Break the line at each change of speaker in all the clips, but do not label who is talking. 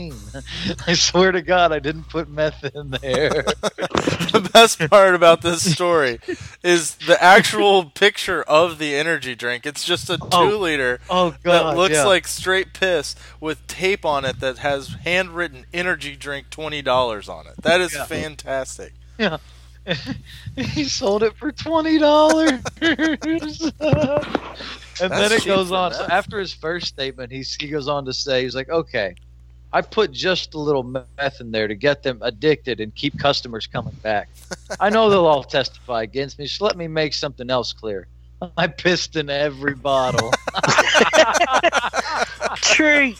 I swear to God, I didn't put meth in there.
the best part about this story is the actual picture of the energy drink. It's just a two
Oh.
liter
oh God,
that looks
yeah.
like straight piss with tape on it that has handwritten energy drink twenty dollars on it. That is
Yeah.
fantastic.
yeah. he sold it for twenty dollars, and then it
cheap
goes
for
on. So
meth.
after his first statement, he he goes on to say, he's like, okay. I put just a little meth in there to get them addicted and keep customers coming back. I know they'll all testify against me, so let me make something else clear. I pissed in every bottle.
True.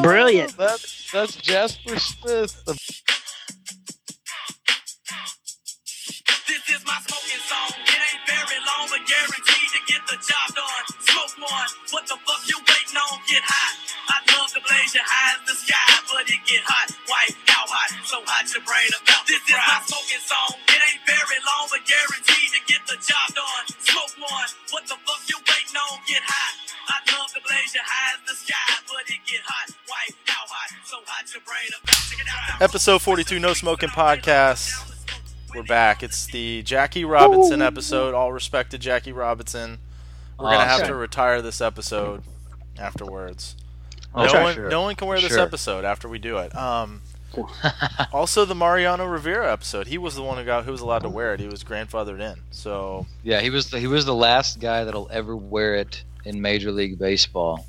Brilliant.
That's that's Jasper Smith. The
This is my smoking song. It ain't very long, but guaranteed to get the job done. Smoke one. What the fuck you waiting on? Get hot. I love to blaze your eyes the sky, but it get hot. White out hot, so hot your brain about. This is my smoking song. It ain't very long, but guaranteed to get the job done. Smoke one. What the fuck you waiting on? Get hot. I love to blaze your eyes the sky, but it get hot. White out hot, so hot your brain about. Check it out.
Episode 42 No Smoking Podcast. We're back. It's the Jackie Robinson episode. All respect to Jackie Robinson. We're gonna have to
Awesome.
retire this episode afterwards.
Oh,
no
sure,
one,
sure.
no one can wear this
Sure.
episode after we do it. Um, also, the Mariano Rivera episode. He was the one who got who was allowed to wear it. He was grandfathered in. So
Yeah, he was the, he was the last guy that'll ever wear it in Major League Baseball,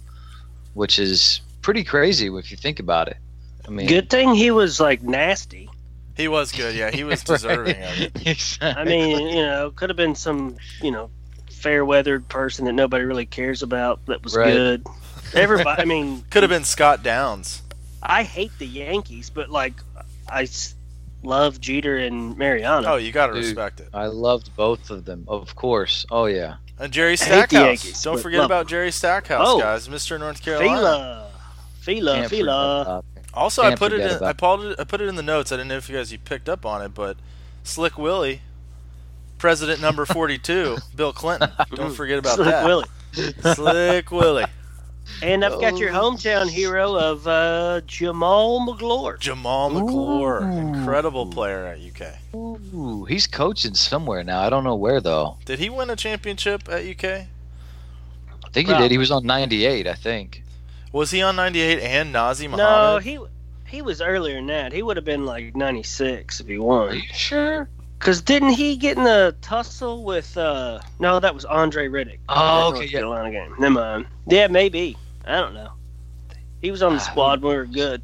which is pretty crazy if you think about it. I mean,
Good thing he was like nasty.
he was good. Yeah, he was deserving of it.
I mean, you know, could have been some, you know, fair weathered person that nobody really cares about that was
Right.
good. Everybody, I mean,
Could have been Scott Downs.
I hate the Yankees, but like, I s- love Jeter and Mariano.
Oh, you gotta
Dude.
respect it.
I loved both of them, of course. Oh yeah,
And Jerry
hate the
Stackhouse.
Yankees,
Don't
but
forget
love
about Jerry Stackhouse,
Oh.
guys. Mr. North Carolina.
Fila, Fila,
Can't forget
Fila.
about it.
Also, I
Can't
put it
forget
in.
about
I
it.
put it. I put it in the notes. I didn't know if you guys you picked up on it, but Slick Willie, President number forty-two, Bill Clinton. Don't forget about
Slick
that.
Willie.
Slick Willie,
And I've got your
Oh.
hometown hero of uh, Jamal McGlure.
Jamal McClure, incredible player at UK.
Ooh, he's coaching somewhere now. I don't know where though.
Did he win a championship at UK?
I think he
Probably.
did. He was on ninety eight, I think.
Was he on ninety-eight and Nazi
No,
Muhammad?
he he was earlier than that. He would have been like 96 if he
Are
won.
you sure?
Because didn't he get in a tussle with, uh, no, that was Andre Riddick.
Oh,
That
okay,
North
yeah.
Carolina game. Never mind. Yeah, maybe. I don't know. He was on the
Ah,
squad when we were good.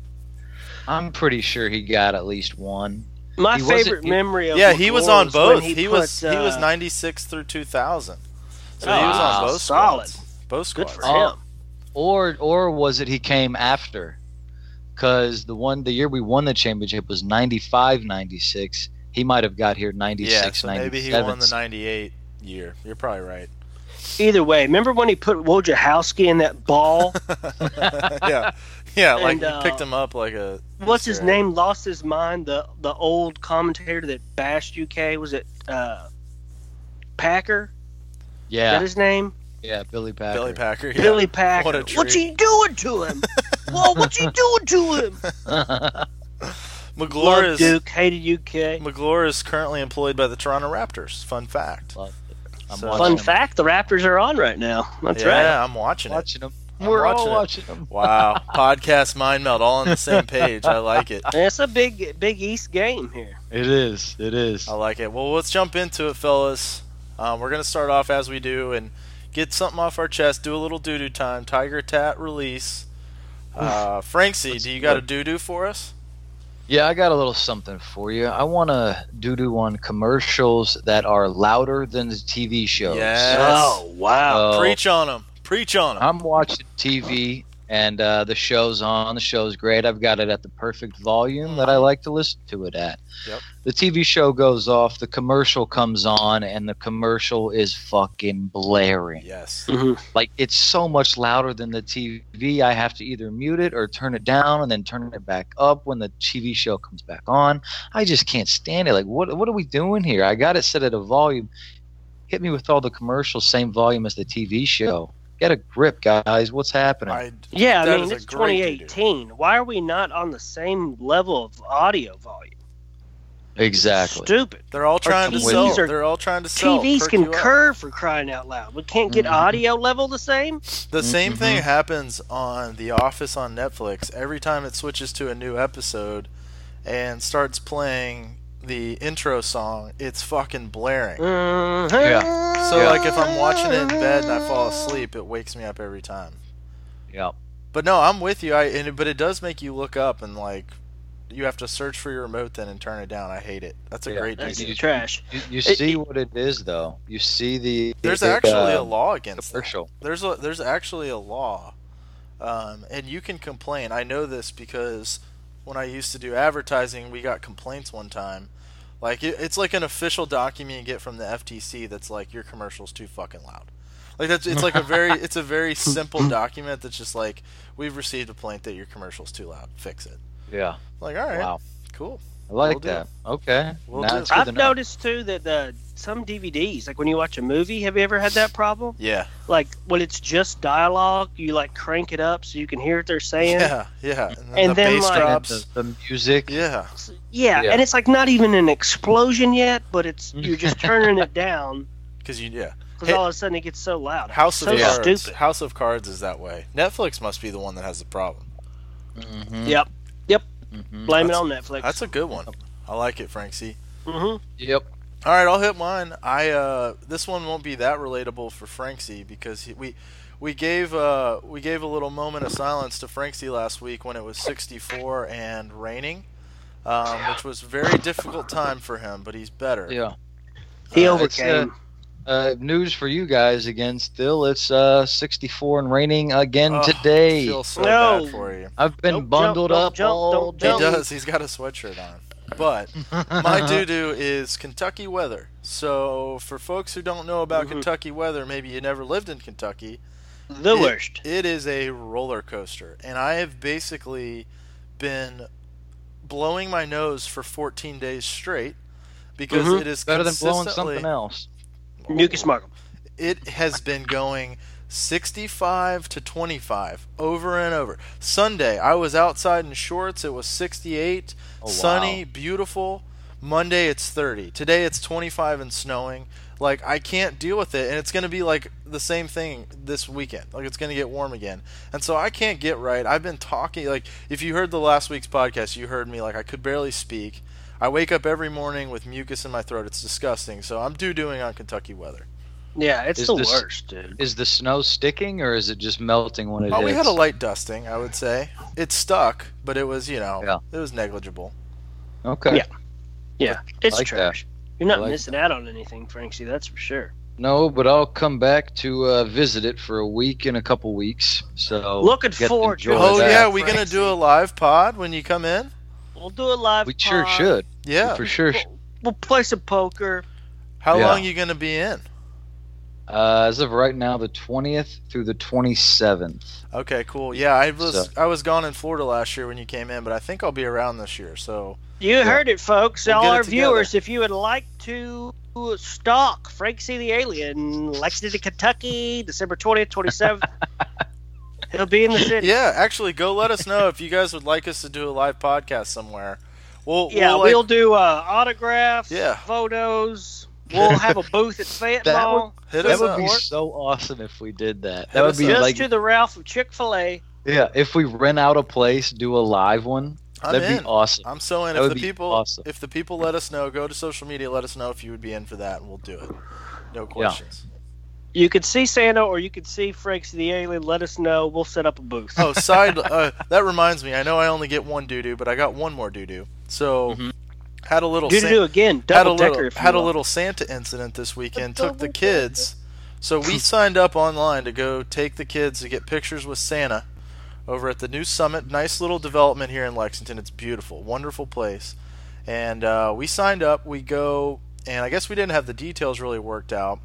I'm pretty sure he got at least one.
My
He wasn't-
favorite
he-
memory of
yeah, he was
McGlure
on
when
both. He, was
put,
he was
uh,
ninety-six through two thousand. So
Oh,
he was on
wow.
both
Solid.
squads. Both
Good
squads.
for
Oh.
him.
or or was it he came after because the one the year we won the championship was 95 96 he might have got here 96
yeah, so maybe he won the
97.
ninety-eight year. You're probably right.
Either way, remember when he put Wojciechowski in that ball?
yeah, yeah. Like
And,
you
uh,
picked him up like a
What's his
Sure.
name? Lost his mind. The the old commentator that bashed UK was it uh, Packer? Is that
yeah
his name?
yeah billy packer
Billy Packer. Yeah.
Billy Packer.
What a treat.
What's he doing to him? Whoa! What's he doing to him?
McGlure
Love
is
Duke, hated UK.
McGlure is currently employed by the Toronto Raptors. Fun fact.
Loved it. I'm
So-
watching
Fun
him.
fact: the Raptors are on right now. That's right.
yeah, I'm watching it.
watching him
I'm
we're all
watching
watching him
Wow, podcast mind meld all on the same page. I like it.
It's a big, big East game here.
it is it is
I like it. Well, let's jump into it, fellas. Um, we're gonna start off as we do and get something off our chest. Do a little doo doo time. Tiger Tat release. Uh, Franksy, do you got a doo doo for us?
yeah i got a little something for you i want to do-do on commercials that are louder than the tv shows
Yes.
Oh,
Uh,
wow!
So-
Preach on them. Preach on them.
I'm watching TV and uh, the show's on. The show's great. I've got it at the perfect volume that I like to listen to it at.
Yep.
The TV show goes off, the commercial comes on, and the commercial is fucking blaring.
Yes.
Like it's so much louder than the TV. I have to either mute it or turn it down and then turn it back up when the TV show comes back on. I just can't stand it. Like what what are we doing here? I got it set at a volume. Hit me with all the commercials, same volume as the TV show. Get a grip, guys. What's happening?
I,
Yeah, I
That is
mean
a
it's
great doo-doo.
2018. Why are we not on the same level of audio volume?
exactly.
Stupid.
they're all trying to
TVs
sell.
are-
They're all trying to sell.
TVs
perk you
can
up. Mm-hmm.
curve for crying out loud. We can't get
Mhm.
audio level the same.
The same
Mhm.
thing happens on The Office on Netflix. Every time it switches to a new episode and starts playing the intro song, it's fucking blaring.
Yeah.
So like if I'm watching it in bed and I fall asleep, it wakes me up every time.
Yeah.
But no, I'm with you. I and it, but it does make you look up and like you have to search for your remote then and turn it down. I hate it. That's a
Yeah.
great
that's
idea.
you-
trash.
You, you see what it is, though. You see the.
There's
the,
actually a
uh,
law against that.
commercial.
There's a, there's actually a law, um, and you can complain. I know this because when I used to do advertising, we got complaints one time. Like it, it's like an official document you get from the FTC that's like your commercial's too fucking loud. Like that's it's like a very it's a very simple document that's just like we've received a complaint that your commercial's too loud. Fix it.
Yeah.
Like all right,
Wow.
cool.
I like
Will do.
that. Okay.
Will
now
do.
it's good to
I've
know.
noticed too that uh, some DVDs, like when you watch a movie, have you ever had that problem?
Yeah,
Like when it's just dialogue, you like crank it up so you can hear what they're saying.
yeah, yeah. And then
And
the
then,
bass
like-
And
drops.
the, the music.
Yeah,
S- Yeah,
Yeah.
and it's like not even an explosion yet, but it's you're just turning it down
because you yeah.
because
Hey-
all of a sudden it gets so loud.
House
so
of Cards.
stupid.
House of Cards is that way. Netflix must be the one that has the problem.
Mhm,
Yep,
mhm.
blame it
That's-
on Netflix.
That's a good one. I like it, Frank C.
Uh,
mm-hmm.
Yep.
All right, I'll hit mine. I uh, this one won't be that relatable for Franksy because he, we we gave uh, we gave a little moment of silence to Franksy last week when it was 64 and raining, um, which was a very difficult time for him. But he's better.
Yeah.
He
Uh, it's,
overcame.
Uh, news for you guys again. Still, it's uh 64 and raining again
Oh, I
today.
feel so
No.
bad for you.
I've been
Don't jump,
bundled
don't
up
jump,
all
don't
He
day.
jump.
does. He's got a sweatshirt on. But
Uh-huh.
my doo doo is Kentucky weather. So for folks who don't know about
Mm-hmm.
Mhm.
Kentucky weather, maybe you never lived in Kentucky.
the
it-
worst.
It is a roller coaster, and I have basically been blowing my nose for 14 days straight because
Mhm.
it is
Mm-hmm. Better than blowing
consistently-
something else.
You can smoke 'em.
It has been going 65 to 25 over and over. Sunday, I was outside in shorts. It was 68,
Oh, wow.
sunny, beautiful. Monday, it's 30. Today, it's 25 and snowing. Like I can't deal with it, and it's gonna be like the same thing this weekend. Like it's gonna get warm again, and so I can't get right. I've been talking like if you heard the last week's podcast, you heard me like I could barely speak. I wake up every morning with mucus in my throat. It's disgusting. So I'm doo doing on Kentucky weather.
Yeah, it's
Is
the
this-
worst, dude.
Is the snow sticking or is it just melting when it
Oh, we had
hits?
a light dusting, I would say. It stuck, but it was, you know,
Yeah.
it was negligible.
okay.
Yeah. Yeah, it's
like that.
trash. You're not
I like
missing out on anything, Frankie. That's for sure.
No, but I'll come back to uh, visit it for a week in a couple weeks. So
Looking
get to
forward to
Oh, enjoy
it.
Oh,
that.
yeah, we going to
Frank
do a
C.
live pod when you come in?
We'll do a live.
We sure
pod.
should.
Yeah.
For sure.
We'll, we'll play some poker.
How
Yeah.
long you going to be in?
Uh, as of right now, the twentieth through the twenty seventh.
Okay, cool. Yeah, I was
So-
I was gone in Florida last year when you came in, but I think I'll be around this year. So,
You heard it, folks.
We'll
All
get it
our
together.
viewers, if you would like to stalk Frank C. the Alien, Lexington, Kentucky, December 20th, 27th, he'll be in the city.
yeah, actually go let us know if you guys would like us to do a live podcast somewhere. We'll
Yeah,
we'll,
we'll,
like-
do uh, autographs,
Yeah.
photos. We'll have a booth at
That
Fayetteville.
hit
That
us
would
up.
be so awesome if we did that.
Hit
That would
us
be
Just
like,
to the Ralph of Chick Fil A.
yeah, if we rent out a place, do a live one.
I'm
that'd
in.
be awesome.
I'm so in.
That
If
would
the
be
people,
awesome.
if the people let us know, go to social media, let us know if you would be in for that, and we'll do it. No questions.
You could see Santa or you could see Frank's the Alien. Let us know. We'll set up a booth.
Oh, side. uh, that reminds me. I know I only get one doo doo, but I got one more doo doo. So
Mhm.
had a little
do
San-
to do again.
had a
Double
little
decker. if you
had a
will.
little Santa incident this weekend. Took the kids. So we signed up online to go take the kids to get pictures with Santa over at the new summit. Nice little development here in Lexington. It's beautiful, wonderful place. And uh, we signed up. We go, and I guess we didn't have the details really worked out.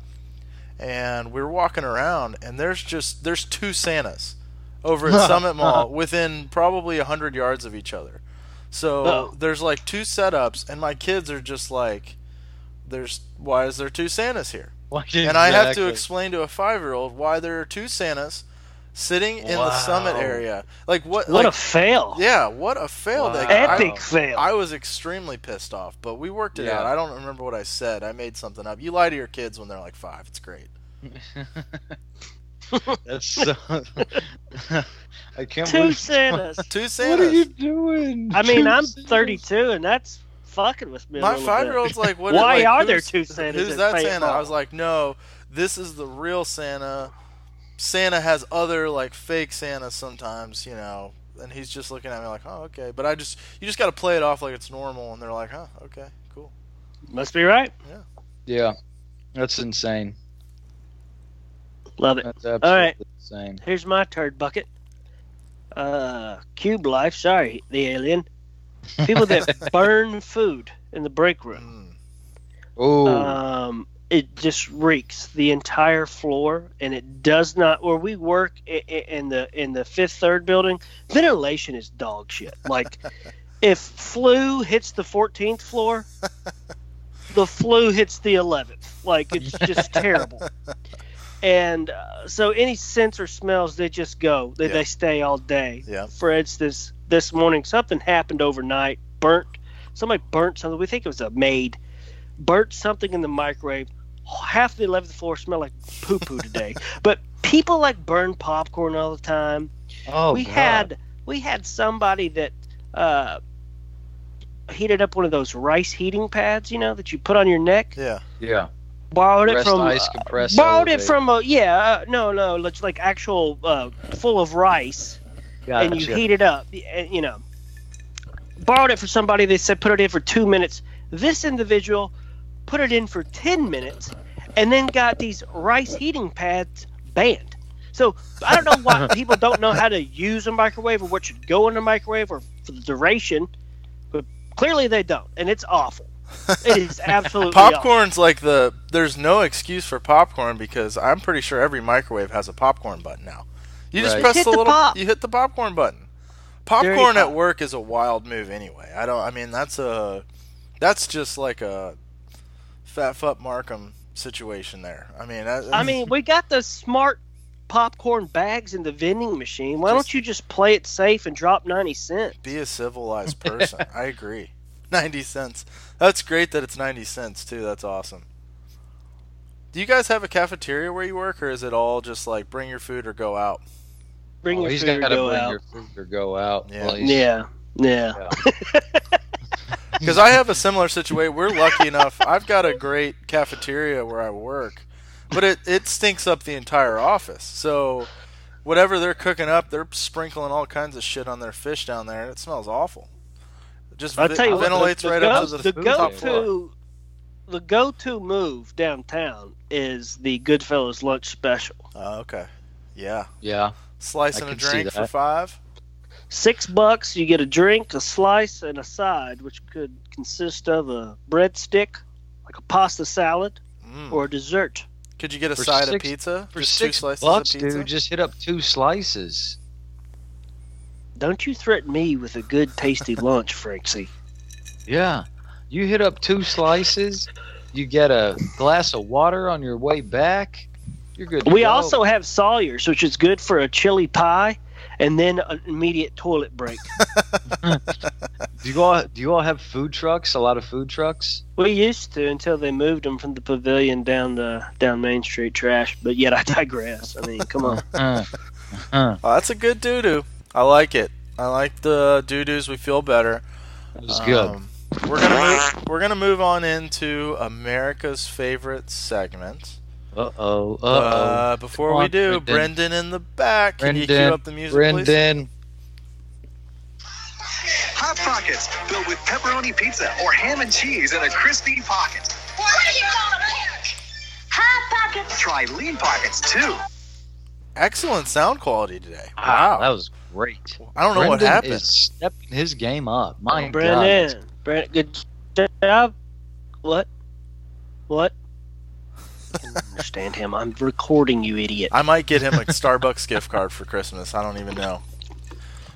And we were walking around, and there's just there's two Santas over at Summit Mall within probably hundred yards of each other. So
Oh.
there's like two setups, and my kids are just like, "There's why is there two Santas here?"
Why did-
And I have to
exactly.
explain to a five year old why there are two Santas sitting in
Wow.
the summit area. Like what?
What a
like,
fail.
yeah, what a fail!
Wow.
That
Epic
I,
fail.
I was extremely pissed off, but we worked it
Yeah.
out. I don't remember what I said. I made something up. You lie to your kids when they're like five. It's great.
That's so. I can't
Two
believe.
Santas.
Two
What
Santas.
are you doing?
I mean,
Two
I'm
Santas.
32, and that's fucking with me. a
My
little bit.
five year old's like, what?
Why
like,
are there
who's-
two Santas
Who's
in
that
Fayetteville?
Santa? I was like, no, this is the real Santa. Santa has other like fake Santa sometimes, you know. And he's just looking at me like, oh, okay. But I just, you just got to play it off like it's normal. And they're like, huh, okay, cool.
Must be right.
Yeah, that's insane.
Love it.
That's absolutely
right.
insane.
Here's my turd bucket. Uh, Cube Life. Sorry, the alien. People that burn food in the break
Mm.
room.
Oh,
Um, it just reeks the entire floor, and it does not. Where we work i- i- in the in the fifth third building, ventilation is dog shit. Like, if flu hits the fourteenth floor, the flu hits the eleventh. Like, it's just terrible. And uh, so, any scents or smells, they just go. They,
Yeah.
they stay all day.
Yeah.
For instance, this morning something happened overnight. Burnt. Somebody burnt something. We think it was a maid. Burnt something in the microwave. Half the eleventh floor smelled like poo poo today. but people like burn popcorn all the time.
oh,
we
God.
had we had somebody that uh, heated up one of those rice heating pads, you know, that you put on your neck.
Yeah.
yeah,
Borrowed it
compressed
from
ice,
uh,
compressed.
borrowed it
elevate.
from a yeah uh, no no like, like actual uh, full of rice
Ah, Gotcha.
and you heat it up y- and, you know borrowed it for somebody they said put it in for two minutes this individual put it in for 10 minutes and then got these rice heating pads banned so i don't know why people don't know how to use a microwave or what should go in a microwave or for the duration but clearly they don't and it's awful it is absolutely awful.
Popcorn's like the, there's no excuse for popcorn because I'm pretty sure every microwave has a popcorn button now. You just
Right.
press
Hit
the
the
little,
pop.
you hit the popcorn button. Popcorn
pop.
at work is a wild move anyway. I don't, I mean, that's a, that's just like a fat fuck Markham situation there. I mean, that,
I mean, we got the smart popcorn bags in the vending machine. Why
Just-
don't you just play it safe and drop 90 cents?
be a civilized person. I agree. 90 cents. That's great that it's 90 cents, too. That's awesome. Do you guys have a cafeteria where you work, or is it all just like bring your food or go out?
Bring
Oh,
your
he's
food or
gotta
go
bring
out.
your food or go out.
Yeah.
Well, he's-
Yeah, yeah.
Because I have a similar situation. We're lucky enough. I've got a great cafeteria where I work, but it, it stinks up the entire office. So whatever they're cooking up, they're sprinkling all kinds of shit on their fish down there, and it smells awful. Just
I'll
vi-
tell you what,
ventilates
the-
right
the
up
goat-
to
the
the, top floor.
go-to, the go-to move downtown is the Goodfellas lunch special.
Oh, okay. Yeah.
Yeah.
Slice
I
and a
can see
drink for
that.
five.
Six bucks, you get a drink, a slice, and a side, which could consist of a breadstick, like a pasta salad,
Hmm.
Mm.
or a dessert.
Could you get a
For
side of
six-
pizza?
For
Just
six
two slices
bucks,
of pizza?
dude, just hit up two slices.
Don't you threaten me with a good, tasty lunch, Frankie.
Yeah. You hit up two slices, you get a glass of water on your way back. You're good. to
We
go.
also have Sawyer's, which is good for a chili pie and then an immediate toilet break.
do you all do you all have food trucks? A lot of food trucks.
we used to until they moved them from the pavilion down the down Main Street trash. But yet I digress. I mean, come on.
Uh,
Oh, that's a good doo doo. I like it. I like the doo doos. We feel better.
it was good.
Um, we're gonna move, we're gonna move on into America's favorite segment.
Uh oh. Uh
Uh, before
Come
we
on,
do, Brendan.
Brendan.
in the back. Can you
Brendan.
cue up the
oh.
music, please?
Brendan.
Hot Pockets, filled with pepperoni pizza or ham and cheese in a crispy pocket.
What are you doing? Hot pockets.
Try Lean Pockets too.
Excellent sound quality today.
Wow,
Wow.
that was great.
I don't know what
Brendan
happened. Oh,
Is stepping his game up. My God.
Brandon, Brandon, good job. What? What? I don't understand him. I'm recording you, idiot.
I might get him a Starbucks gift card for Christmas. I don't even know.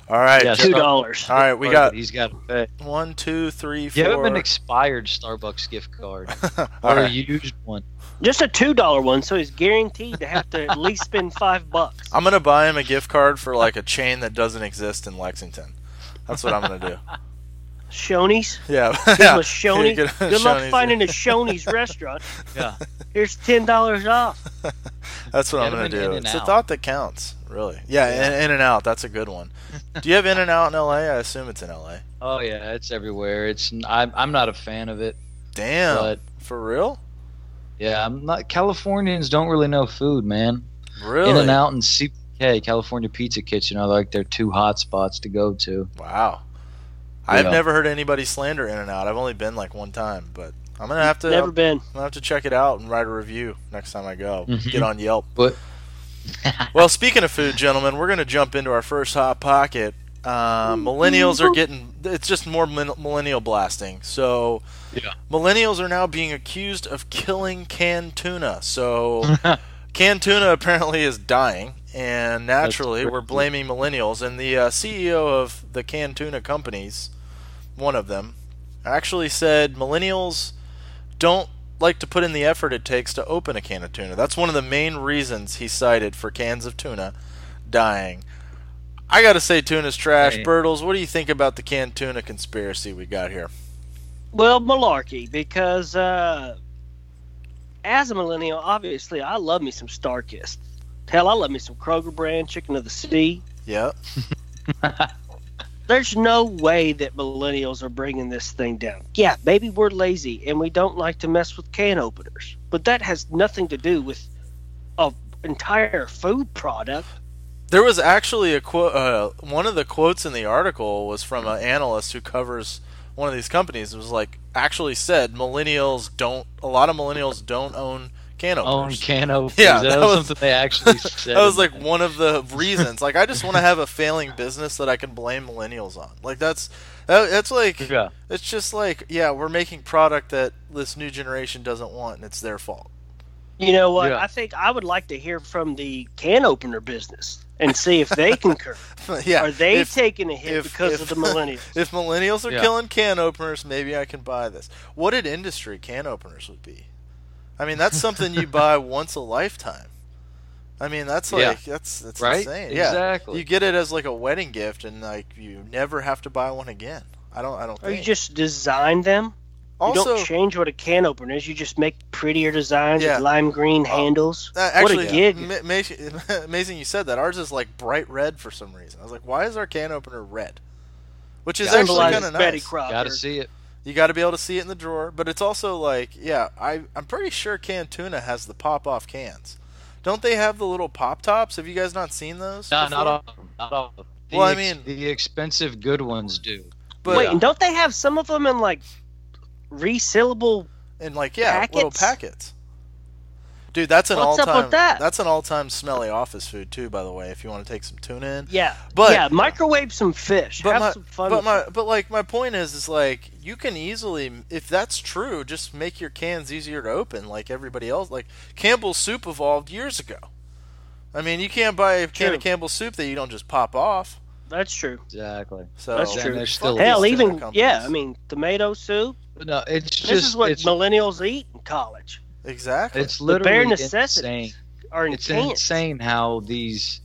All right.
Yes.
Jeff-
Two dollars.
All right, we
But
got
He's got to pay.
one, two, three,
You have
four.
an expired Starbucks gift card
All
or a
right.
used one.
Just a two dollar one, so he's guaranteed to have to at least spend five bucks.
I'm gonna buy him a gift card for like a chain that doesn't exist in Lexington. That's what I'm gonna do.
Shoney's.
Yeah.
Give him
yeah.
a Shoney.
Get him a
Good luck
Shoney's.
finding a Shoney's restaurant.
Yeah.
Here's ten dollars off.
That's what
Get
I'm
him
gonna
an
do.
In-N-Out.
It's a thought that counts, really. Yeah, In, in and out. That's a good one. do you have In and Out in L.A.? I assume it's in L.A.
Oh yeah, it's everywhere. It's I'm I'm not a fan of it,
Damn.
but
for real?
yeah, I'm not. Californians don't really know food, man.
Really?
In and out and CPK California Pizza Kitchen are like their two hot spots to go to.
Wow. I've
Yeah.
never heard anybody slander In and Out. I've only been like one time, but I'm gonna have to.
Never
I'm
been.
gonna have to check it out and write a review next time I go.
Mhm.
Get on Yelp.
But
Well, speaking of food, gentlemen, we're going to jump into our first hot pocket. Uh, millennials are getting it's just more min- millennial blasting. So,
Yeah.
millennials are now being accused of killing canned tuna. So, canned tuna apparently is dying, and naturally, we're
crazy.
blaming millennials. And the uh, CEO of the canned tuna companies, one of them, actually said millennials don't like to put in the effort it takes to open a can of tuna. That's one of the main reasons he cited for cans of tuna dying. I gotta say, tuna's trash.
Hey.
Bertles, what do you think about the canned tuna conspiracy we got here?
Well, malarkey, because uh, as a millennial, obviously, I love me some Starkist. Hell, I love me some Kroger brand chicken of the sea.
Yep.
There's no way that millennials are bringing this thing down. Yeah, maybe we're lazy and we don't like to mess with can openers, but that has nothing to do with a entire food product.
There was actually a quote. Uh, one of the quotes in the article was from an analyst who covers one of these companies. It was like actually said millennials don't. A lot of millennials don't own can
own
openers.
can openers.
Yeah,
that,
that
was
was-
something they actually said.
that was like one of the reasons. Like I just want to have a failing business that I can blame millennials on. Like that's that, that's like
Yeah.
it's just like yeah, we're making product that this new generation doesn't want, and it's their fault.
You know what?
Yeah.
I think I would like to hear from the can opener business and see if they concur.
yeah,
Are they
if,
taking a hit
if-
because
if-
of the millennials?
if millennials are
Yeah.
killing can openers, maybe I can buy this. What an industry can openers would be. I mean, that's something you buy once a lifetime. I mean, that's
Yeah.
like that's that's
right?
insane. Yeah.
Exactly.
You get it as like a wedding gift, and like you never have to buy one again. I don't. I don't.
Or you
think.
just design them. you
also
don't change what a can opener is. You just make prettier designs
Yeah.
with lime green
Oh.
handles.
uh, actually
what a gig!
ma- ma- amazing you said that. Ours is like bright red for some reason. I was like, why is our can opener red? Which is
Yeah,
actually
symbolizes
kind of
Betty
nice.
Crocker.
Got to see it.
You got to be able to see it in the drawer, but it's also like, yeah, I I'm pretty sure canned tuna has the pop off cans. Don't they have the little pop tops? Have you guys not seen those?
No,
before?
not all. of them, Not all. of them. The
Well, I
ex-
mean-
the expensive good ones do.
But uh,
Wait, and don't they have some of them in like resealable?
and like yeah, little
Packets?
packets. Dude, that's an
What's up
all-time
with that?
that's an all-time smelly office food too, by the way, if you want to take some tuna in.
Yeah,
But-
yeah. Microwave some fish.
But
have
my,
some fun.
but
with
my,
it.
but like my point is, is like you can easily, if that's true, just make your cans easier to open, like everybody else. Like Campbell's soup evolved years ago. I mean, you can't buy a can
True.
of Campbell's soup that you don't just pop off.
That's true.
Exactly.
So
That's
Fuck
true.
these
Still
tuna
Hell, even
companies.
yeah. I mean, tomato soup.
But no, it's just
this is what
it's,
millennials eat in college.
exactly.
it's literally
bare
insane.
necessities Or in
It's
cans.
insane how these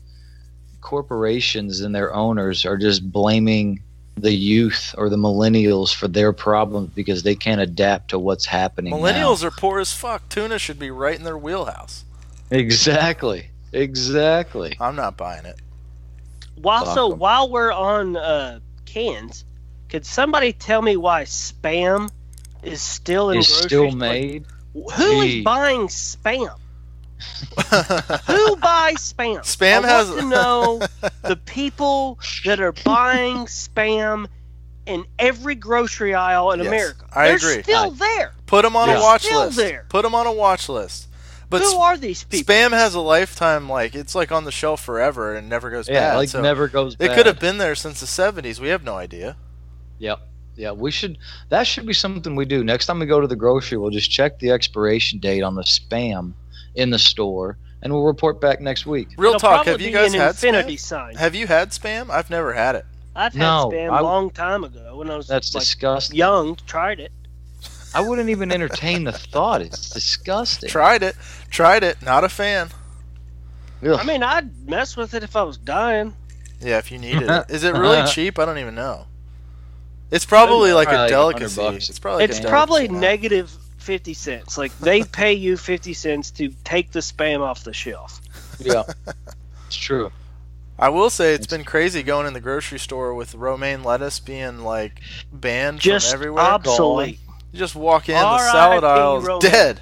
corporations and their owners are just blaming the youth or the millennials for their problems because they can't adapt to what's happening. now.
Millennials are poor as fuck. Tuna should be right in their wheelhouse.
Exactly. Exactly.
I'm not buying it.
While
Fuck
so
'em.
while we're on uh, cans, could somebody tell me why spam is still in
Is
grocery
still
stores?
made.
Who is
Gee.
buying spam? Who buys spam?
Spam
I
has-
want to know the people that are buying spam in every grocery aisle in
Yes,
America.
I
They're
agree.
still there.
Put them on
Yeah.
a watch
Still
list.
there.
Put them on a watch list. But
Who are these people?
Spam has a lifetime, like it's like on the shelf forever and never goes
Yeah,
bad.
like
so
never goes
it
bad.
could have been there since the '70s. We have no idea.
Yep. Yeah, we should. That should be something we do next time we go to the grocery. We'll just check the expiration date on the spam in the store, and we'll report back next week.
Real
It'll
talk.
probably
Have you
be
guys
an
had
infinity
spam?
sign?
Have you had spam? I've never had it.
I've had
No,
spam
I-
a long time ago when I was
That's
like,
disgusting.
young. Tried it.
I wouldn't even entertain the thought. It's disgusting.
Tried it. Tried it. Not a fan.
Ugh.
I mean, I'd mess with it if I was dying.
Yeah, if you needed it. Is it really cheap? I don't even know. It's
Probably
probably like a
like a hundred
delicacy.
bucks.
It's probably like
it's
a
probably
delicacy now.
negative fifty cents. Like they pay you fifty cents to take the spam off the shelf.
yeah, it's true.
I will say it's been crazy going in the grocery store with romaine lettuce being like banned
Just
from everywhere.
obsolete.
You just walk in, the
R.I.P.
salad aisle's
romaine.
dead.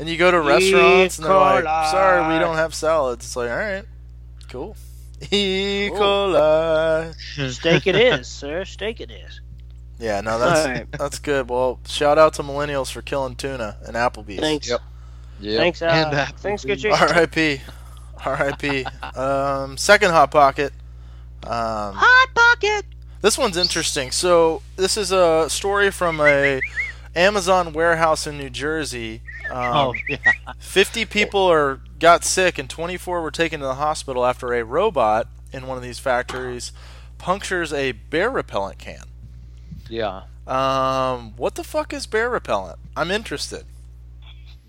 And you go to restaurants and they're like,
coli.
"Sorry, we don't have salads." It's like, "All right, cool." E. coli.
Steak it is, sir. Steak it is.
Yeah, no, that's
All right.
that's good. Well, shout out to millennials for killing tuna and Applebee's.
Thanks.
Yep. Yeah.
Thanks.
And
Uh,
Applebee's.
thanks. Good chicken.
R.I.P. R.I.P. um, second hot pocket. Um,
Hot pocket.
This one's interesting. So this is a story from a Amazon warehouse in New Jersey. Um,
Oh, yeah.
50 people are got sick and 24 were taken to the hospital after a robot in one of these factories punctures a bear repellent can.
yeah.
Um, what the fuck is bear repellent? I'm interested.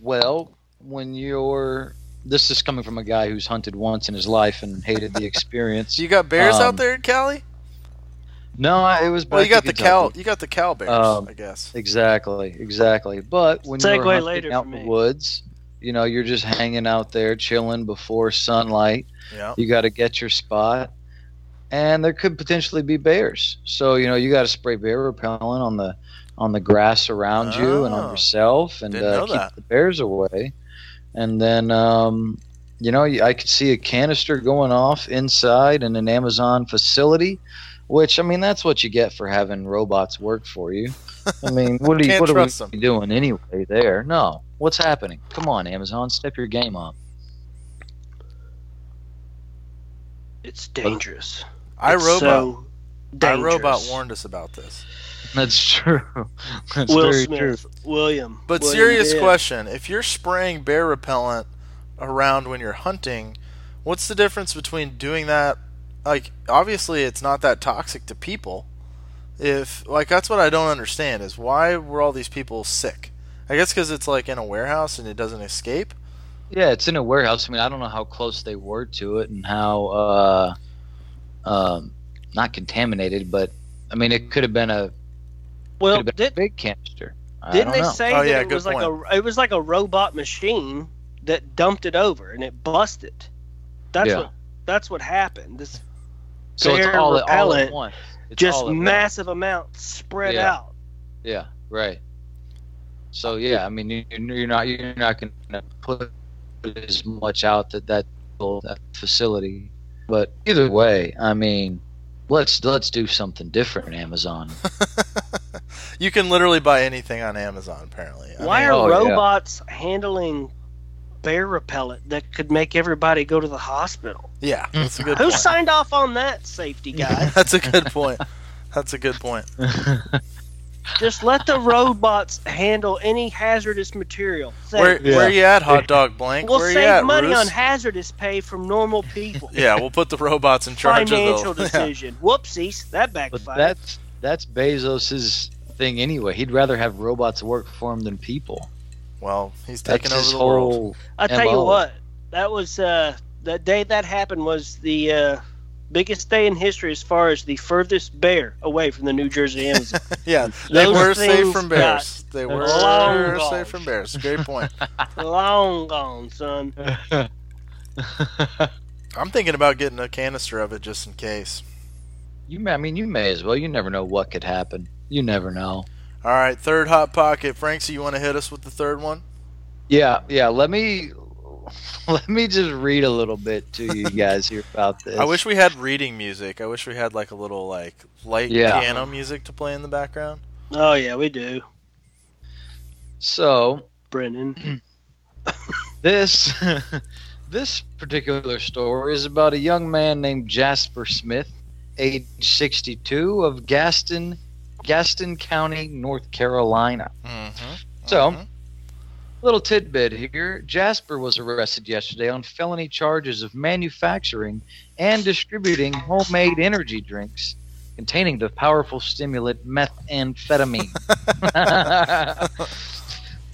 Well, when you're this is coming from a guy who's hunted once in his life and hated the experience.
So you got bears out
Um,
there in Cali?
no, I- it was.
Well,
back
you got
in
the
Kentucky.
cow. You got the cow bears,
Um,
I guess.
Exactly, exactly. But when
Segue
you're hunting
later
out
for
in the
me.
woods, you know, you're just hanging out there, chilling before sunlight.
Yeah.
You got to get your spot, and there could potentially be bears. So you know, you got to spray bear repellent on the on the grass around you and
Oh.
on yourself, and
Didn't know
uh, keep
that.
the bears away. And then, um, you know, I could see a canister going off inside in an Amazon facility. Which I mean, that's what you get for having robots work for you. I mean, what are you
Can't
what are
trust them.
we doing anyway? There, no. What's happening? Come on, Amazon, step your game up.
It's dangerous.
I
It's
robot.
uh,
So
I
dangerous.
robot warned us about this.
That's true. That's
Will
very
Smith,
true.
William.
But
William
serious
Dent.
question: If you're spraying bear repellent around when you're hunting, what's the difference between doing that? Like, obviously, it's not that toxic to people. If like that's what I don't understand is why were all these people sick? I guess because it's like in a warehouse and it doesn't escape.
Yeah, it's in a warehouse. I mean, I don't know how close they were to it and how uh, um, not contaminated, but I mean, it could have been a
Well,
could have been a
did,
big canister. I
didn't
don't
they
know.
say
Oh,
that
yeah,
it
good
was like a it was like a robot machine that dumped it over and it busted? That's
Yeah.
what that's what happened. This
so it's
bear
all, at- all at
repellent
once. It's
just
all at once.
massive amounts spread
Yeah.
out.
Yeah, right. So yeah, I mean, you, you're not you're not going to put as much out that that, that facility. But either way, I mean, let's let's do something different, Amazon.
You can literally buy anything on Amazon apparently. I
Why
mean,
are
oh, yeah.
robots handling bear repellent that could make everybody go to the hospital?
yeah, that's a good
Who
point.
signed off on that, safety guy?
That's a good point. That's a good point.
just let the robots handle any hazardous material. Thank
Where,
Yeah.
where you at, hot dog blank?
We'll
where
save
you at,
money
Roos?
on hazardous pay from normal people.
Yeah, we'll put the robots in charge
Financial
of those. Yeah.
decision. Whoopsies, that
But
backfired.
that's that's Bezos's thing anyway. He'd rather have robots work for him than people.
Well, he's
That's
taking over
his
the
whole.
world.
I tell you
MO.
what, that was uh, the day that happened was the uh, biggest day in history as far as the furthest bear away from the New Jersey Amazon.
Yeah, they
Those
were safe
things
from
got
bears. They were
long
safe
gone.
from bears. Great point.
Long gone, son.
I'm thinking about getting a canister of it just in case.
You, may, I mean, you may as well. You never know what could happen. You never know.
All right, third hot pocket. Frankie, you want to hit us with the third one?
Yeah, yeah. Let me let me just read a little bit to you guys here about this.
I wish we had reading music. I wish we had like a little like light
Yeah.
piano music to play in the background.
Oh yeah, we do,
so.
Brennan.
This this particular story is about a young man named Jasper Smith, age 62, of Gaston Gaston County, North Carolina.
Mm-hmm.
So, Little tidbit here Jasper was arrested yesterday on felony charges of manufacturing and distributing homemade energy drinks containing the powerful stimulant methamphetamine.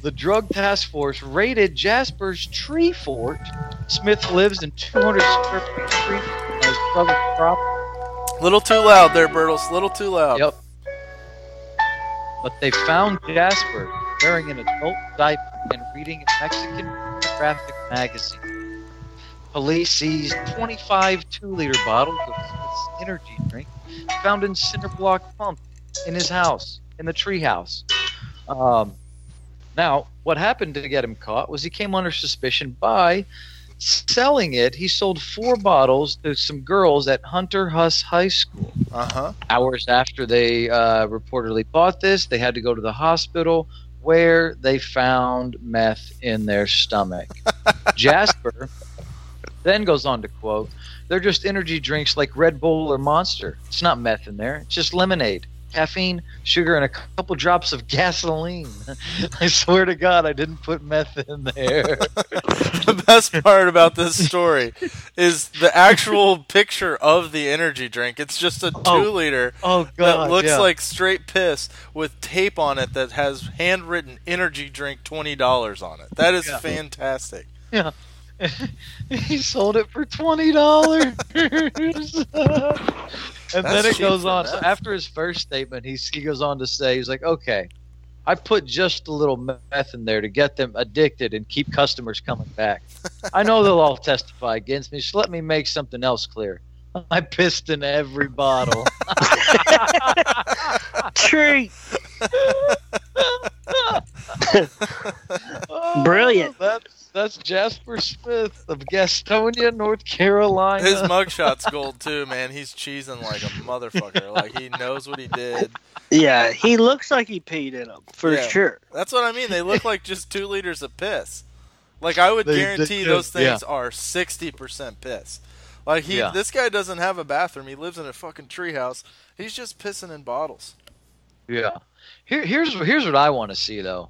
the drug task force raided Jasper's tree fort. Smith lives in 200 square feet street as brother's property.
Little too loud there, Bertles. Little too loud.
Yep. But they found Jasper wearing an adult diaper and reading a Mexican graphic magazine. Police seized 25 two-liter bottles of Smith's energy drink found in cinder block pump in his house, in the tree house. Um, now, what happened to get him caught was he came under suspicion by selling it. He sold four bottles to some girls at Hunter Huss High School
Uh huh.
hours after they uh, reportedly bought this, they had to go to the hospital where they found meth in their stomach. Jasper then goes on to quote, they're just energy drinks like Red Bull or Monster. It's not meth in there, it's just lemonade. Caffeine, sugar, and a couple drops of gasoline. I swear to God, I didn't put meth in there.
the best part about this story is the actual picture of the energy drink. It's just a two
Oh.
liter
Oh
that
God!
looks
yeah.
like straight piss with tape on it that has handwritten energy drink twenty dollars on it. That is
Yeah.
fantastic.
he sold it for twenty dollars. and then it
cheap
goes
for
on.
that.
So after his first statement, he he goes on to say, he's like, okay, I put just a little meth in there to get them addicted and keep customers coming back. I know they'll all testify against me, so let me make something else clear. I pissed in every bottle.
Tree. Brilliant.
That's that's Jasper Smith of Gastonia, North Carolina.
His mugshot's gold too, man. He's cheesing like a motherfucker. Like he knows what he did.
Yeah, he looks like he peed in them for
Yeah.
sure.
That's what I mean. They look like just two liters of piss. Like I would
They- they
guarantee
do,
those things are sixty percent piss. Like he,
Yeah.
this guy doesn't have a bathroom. He lives in a fucking treehouse. He's just pissing in bottles.
Yeah. Here, here's here's what I want to see though.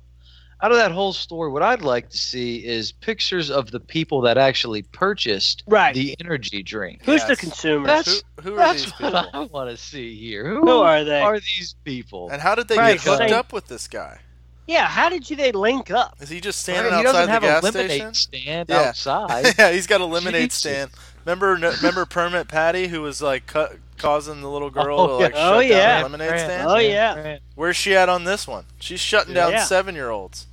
Out of that whole story, what I'd like to see is pictures of the people that actually purchased
Right.
the energy drink.
Who's the
Yes.
consumer?
That's-
who, who are
That's
these
what
people?
I want to see here. Who,
Who are they?
Are these people?
And how did they
Right,
get hooked
same.
up with this guy?
yeah, how did you they link up?
Is he just standing
He
outside
doesn't
the
have a
gas
lemonade
station?
stand
Yeah.
outside.
yeah, he's got a lemonade
Jesus.
stand. Remember, no, remember Permit Patty, who was like cu- causing the little girl
Oh,
to like
yeah.
shut
Oh,
down
yeah.
the lemonade
Fran-
stand?
Oh yeah.
Where's she at on this one? She's shutting down
Yeah.
seven-year-olds.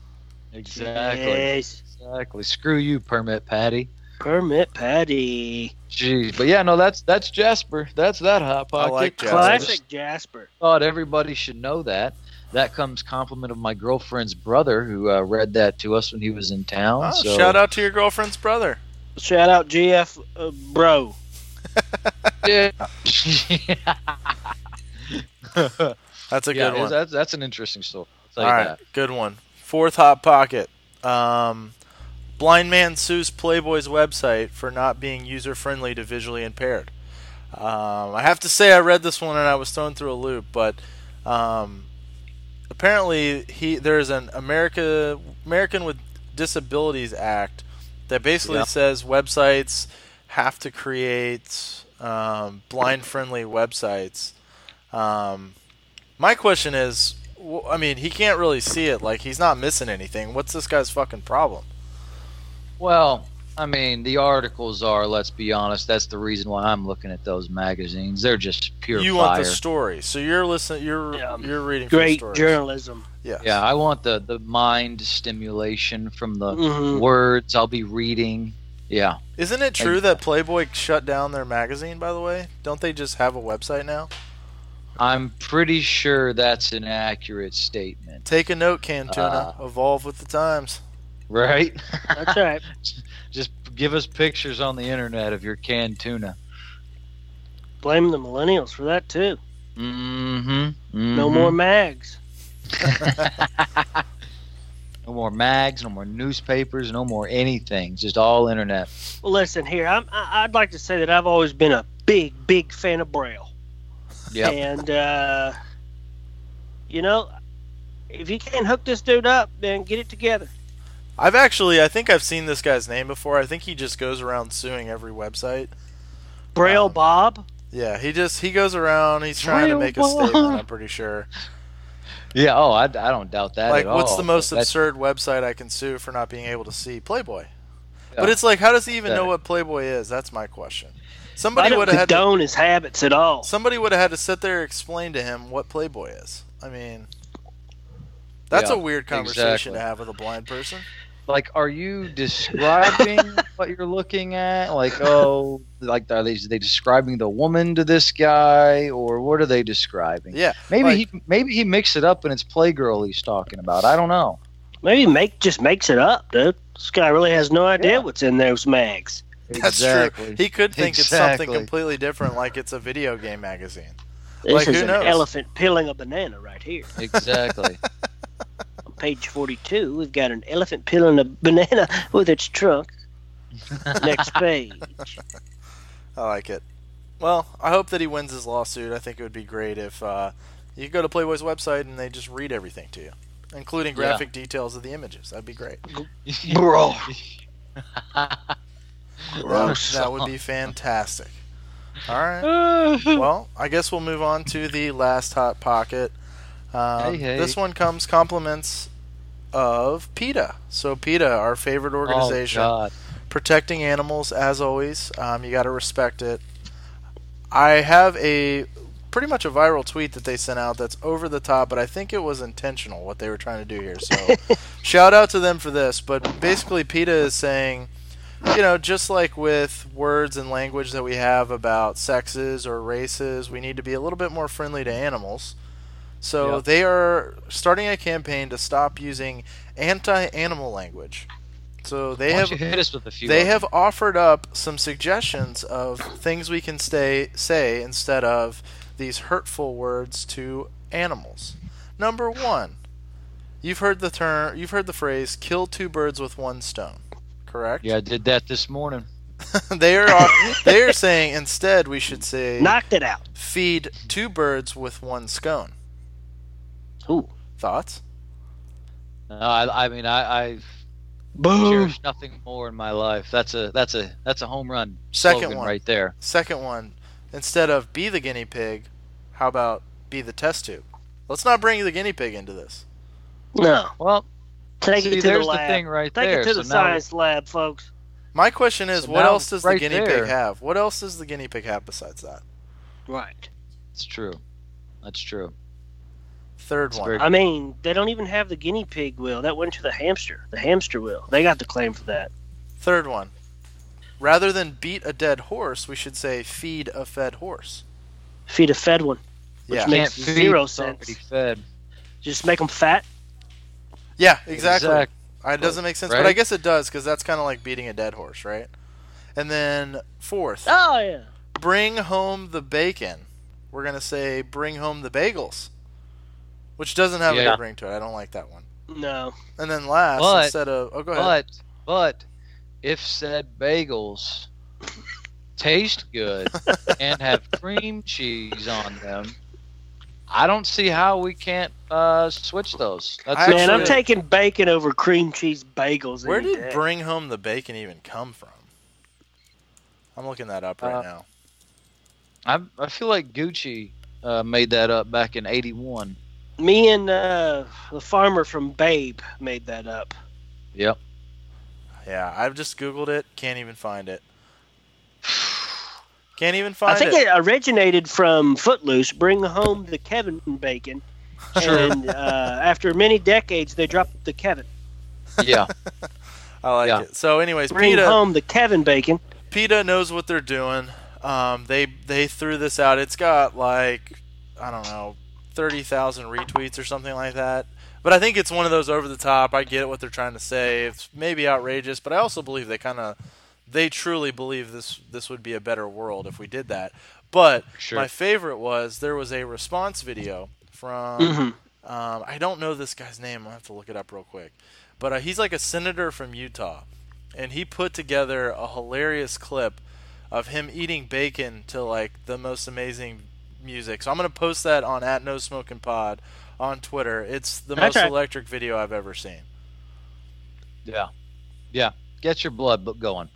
Exactly.
Yes.
Exactly. Screw you, permit Patty.
Permit Patty.
Jeez. But yeah, no, that's that's Jasper. That's that hot
I
pocket.
like Jasper.
I just
Classic Jasper.
thought everybody should know that. That comes compliment of my girlfriend's brother who uh, read that to us when he was in town.
Oh,
so
Shout out to your girlfriend's brother.
Shout out GF uh, bro.
Yeah.
That's a
Yeah,
good one.
That's, that's an interesting story. I'll tell
All
you
right,
that.
good one. Fourth hot pocket. Um, blind man sues Playboy's website for not being user friendly to visually impaired. Um, I have to say, I read this one and I was thrown through a loop, but um, apparently he there's an America American with Disabilities Act that basically
Yeah.
says websites have to create um, blind friendly websites. Um, my question is, wh- I mean, he can't really see it. Like he's not missing anything. What's this guy's fucking problem?
Well, I mean, the articles are, let's be honest, that's the reason why I'm looking at those magazines. They're just pure
you
fire.
want the story, so you're listening. You're
Yeah.
you're reading for the
Great
story.
journalism.
Yeah.
yeah, I want the, the mind stimulation from the
Mm-hmm.
Mhm.
words I'll be reading. Yeah.
Isn't it true that Playboy shut down their magazine? By the way, don't they just have a website now?
I'm pretty sure that's an accurate statement,
Take a note, Cantuna. Evolve with the times.
right?
That's right.
Just give us pictures on the internet of your canned tuna.
Blame the millennials for that too.
Mm-hmm.
No more mags.
No more mags. No more newspapers. No more anything. Just all internet.
Well, listen here. I'm, I- I'd like to say that I've always been a big, big fan of Braille.
Yep.
And uh, you know, if you can't hook this dude up, then get it together.
I've actually, I think I've seen this guy's name before. I think he just goes around suing every website.
Braille
Um,
Bob.
Yeah, he just he goes around. He's trying to
Real
make a
bomb.
statement. I'm pretty sure.
Yeah. Oh, I, I don't doubt that.
Like,
at
what's
all,
the most
but that's-
absurd website I can sue for not being able to see Playboy?
Yeah.
But it's like, how does he even know
Pathetic.
what Playboy is? That's my question.
I
Somebody
don't
would have had to,
condone his habits at all.
somebody would have had to sit there and explain to him what Playboy is. I mean, that's
Yeah,
a weird
exactly.
conversation to have with a blind person.
Like, are you describing what you're looking at? Like, oh, like are they, are they describing the woman to this guy, or what are they describing?
Yeah,
Maybe
like-
he maybe he mixed it up and it's Playgirl he's talking about. I don't know.
Maybe make just makes it up, dude. This guy really has no idea
Yeah.
what's in those mags.
That's true. He could think it's
Exactly.
something completely different, like it's a video game magazine.
This
Like,
is
who
an
knows?
elephant peeling a banana right here.
Exactly.
On page 42, we've got an elephant peeling a banana with its trunk. Next page.
I like it. Well, I hope that he wins his lawsuit. I think it would be great if uh, you go to Playboy's website and they just read everything to you, including
Yeah.
graphic details of the images. That'd be great.
Bro.
Gross. That would be fantastic. All right. Well, I guess we'll move on to the last hot pocket. Um,
Hey, hey.
This one comes compliments of PETA. So PETA, our favorite organization.
Oh, God.
protecting animals as always um, you got to respect it i have a pretty much a viral tweet that they sent out that's over the top but i think it was intentional what they were trying to do here so shout out to them for this but basically peta is saying you know just like with words and language that we have about sexes or races we need to be a little bit more friendly to animals so
Yeah.
they are starting a campaign to stop using anti-animal language so they
Why
have
don't you hit us with a few?
they
of
have offered up some suggestions of things we can stay say instead of these hurtful words to animals. Number one, you've heard the term, you've heard the phrase "kill two birds with one stone," correct?
them. Yeah, I did that this morning.
they are they are saying instead we should say
Knocked it out.
"feed two birds with one scone."
Ooh.
Thoughts?
No, I, I mean, I, I've
Boom.
cherished nothing more in my life. That's a that's a that's a home run.
Second
slogan
one.
right there.
Second one, instead of "be the guinea pig," how about "be the test tube"? Let's not bring the guinea pig into this.
No.
Well,
Take
see,
it to the
there's the,
lab.
thing right
Take
there.
it to
So
the
now-
science lab, folks.
My question is,
So
what
now
else does the
right
guinea
there-
pig have? What else does the guinea pig have besides that?
Right.
It's true. That's true.
Third
It's
one.
very-
I mean, they don't even have the guinea pig wheel. That went to the hamster. The hamster wheel. They got the claim for that.
Third one. Rather than beat a dead horse, we should say feed a fed horse.
Feed a fed one. Which
yeah.
makes
Can't feed
zero
what's already
sense.
Fed.
Just make them fat.
yeah, exactly.
Exact-
Uh, It doesn't make sense, but
Right?
I guess it does because that's kind of like beating a dead horse, right? And then fourth,
Oh, yeah.
bring home the bacon. We're gonna say bring home the bagels, which doesn't have a
Yeah.
good ring to it. I don't like that one.
No.
And then last,
But-
instead of oh, go ahead.
But but if said bagels taste good and have cream cheese on them, I don't see how we can't uh, switch those. That's
I
Man, I'm
actually- uh,
taking bacon over cream cheese bagels.
Where
any
did
day.
bring home the bacon even come from? I'm looking that up right
Uh,
now.
I, I feel like Gucci uh, made that up back in '81.
Me and uh, the farmer from Babe made that up.
Yep.
Yeah, I've just googled it. Can't even find it. Can't even
I
find
think
it.
it originated from Footloose. Bring home the Kevin bacon. And uh, after many decades, they dropped the Kevin.
Yeah.
I like
yeah.
it. So, anyways,
Bring
PETA,
home the Kevin bacon.
PETA knows what they're doing. Um, they they threw this out. It's got like I don't know, thirty thousand retweets or something like that. But I think it's one of those over the top. I get what they're trying to say. It's maybe outrageous, but I also believe they kind of they truly believe this this would be a better world if we did that. But
Sure.
my favorite was there was a response video from
Mhm.
um, I don't know this guy's name. I'll have to look it up real quick. But uh, he's like a senator from Utah, and he put together a hilarious clip of him eating bacon to like the most amazing music. So I'm gonna post that on at No Smoking Pod on Twitter. It's the most
Okay.
electric video I've ever seen.
Yeah. Yeah. Get your blood bu- going.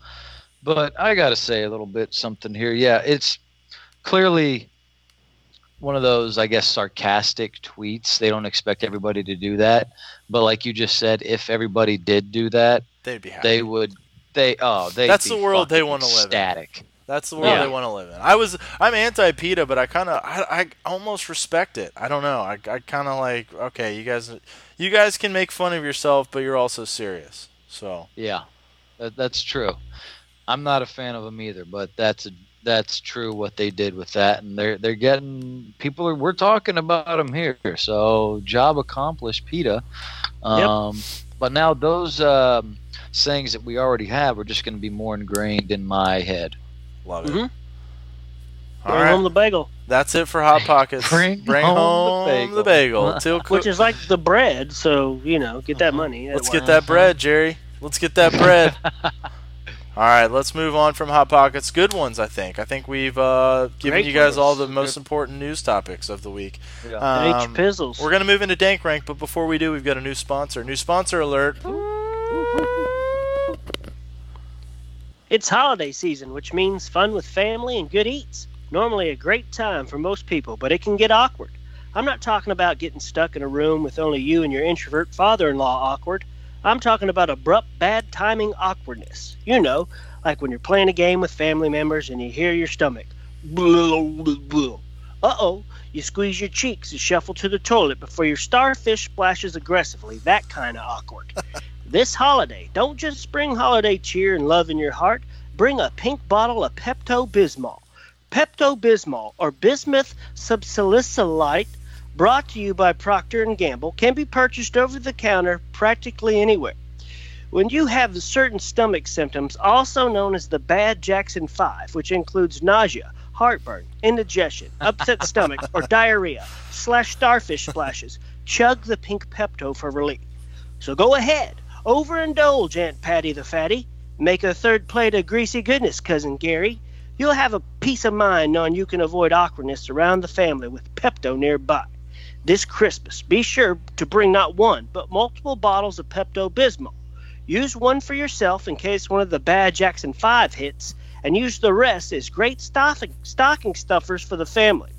But I got to say a little bit something here. Yeah, it's clearly one of those, I guess, sarcastic tweets. They don't expect everybody to do that. But like you just said, if everybody did do that,
They'd be happy.
they would. They oh they.
That's the world they wanna live in.
Static.
That's the world
Yeah.
they want to live in. I was I'm anti PETA, but I kind of I, I almost respect it. I don't know. I, I kind of like okay, you guys you guys can make fun of yourself, but you're also serious. So
Yeah, that, that's true. I'm not a fan of them either, but that's a, that's true what they did with that, and they're they're getting people are we're talking about them here. So job accomplished, Peta. Um, But now those um, sayings that we already have are just going to be more ingrained in my head.
love it.
Mhm.
All
Bring
right.
home the bagel,
that's it for hot pockets.
Mm-hmm. Bring home the
home the
bagel.
bagel. Till coo-
which is like the bread. So you know, get that money.
Mm-hmm. let's
Otherwise-
get that bread, Jerry. Let's get that bread. All right, let's move on from hot pockets. Good ones, I think. I think we've uh, given
Great
you guys
ones.
all the most important news topics of the week.
Yeah.
Um,
H pizzles.
We're going to move into Dank Rank, but before we do, we've got a new sponsor. New sponsor alert.
It's holiday season, which means fun with family and good eats. Normally a great time for most people, but it can get awkward. I'm not talking about getting stuck in a room with only you and your introvert father in law awkward. I'm talking about abrupt, bad timing awkwardness. You know, like when you're playing a game with family members and you hear your stomach. Uh oh. You squeeze your cheeks and shuffle to the toilet before your starfish splashes aggressively. That kind of awkward. This holiday, don't just bring holiday cheer and love in your heart. Bring a pink bottle of Pepto Bismol. Pepto Bismol, or bismuth subsalicylate, brought to you by Procter and Gamble, can be purchased over the counter practically anywhere. When you have the certain stomach symptoms, also known as the bad Jackson 5, which includes nausea, heartburn, indigestion, upset stomach, or diarrhea, slash starfish splashes, chug the pink Pepto for relief. So go ahead, overindulge Aunt Patty the Fatty. Make a third plate of greasy goodness, Cousin Gary. You'll have a peace of mind knowing you can avoid awkwardness around the family with Pepto nearby. This Christmas, be sure to bring not one, but multiple bottles of Pepto Bismol. Use one for yourself in case one of the bad Jackson 5 hits, and use the rest as great stocking, stocking stuffers for the family.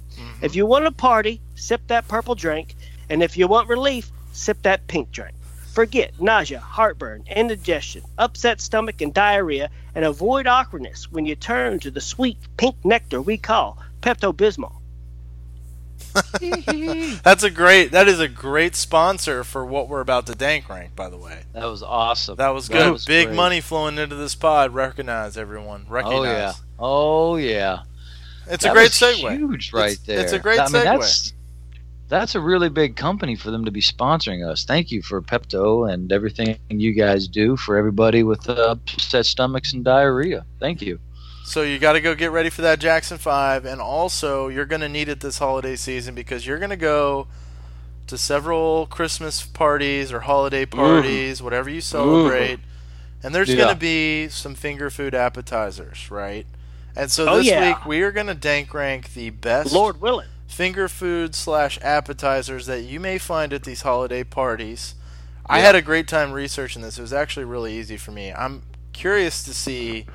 If you want a party, sip that purple drink, and if you want relief, sip that pink drink. Forget nausea, heartburn, indigestion, upset stomach, and diarrhea, and avoid awkwardness when you turn to the sweet pink nectar we call Pepto Bismol.
That's a great. That is a great sponsor for what we're about to Dank Rank. By the way,
That was awesome.
that was good. Big
great.
money flowing into this pod. Recognize everyone. Recognize.
Oh yeah. Oh yeah.
It's
That
a great
was
segue.
Huge, right
It's-
there.
it's a great
I mean,
segue.
That's, that's a really big company for them to be sponsoring us. Thank you for Pepto and everything you guys do for everybody with uh, upset stomachs and diarrhea. Thank you.
So you got to go get ready for that Jackson 5 and also you're going to need it this holiday season because you're going to go to several Christmas parties or holiday
Mm.
parties, whatever you celebrate. And there's
Yeah.
going to be some finger food appetizers, right? And so
Oh,
this
yeah.
week we are going to dank rank the best
Lord willing.
finger food slash appetizers that you may find at these holiday parties. I had a great time researching this. It was actually really easy for me. I'm curious to see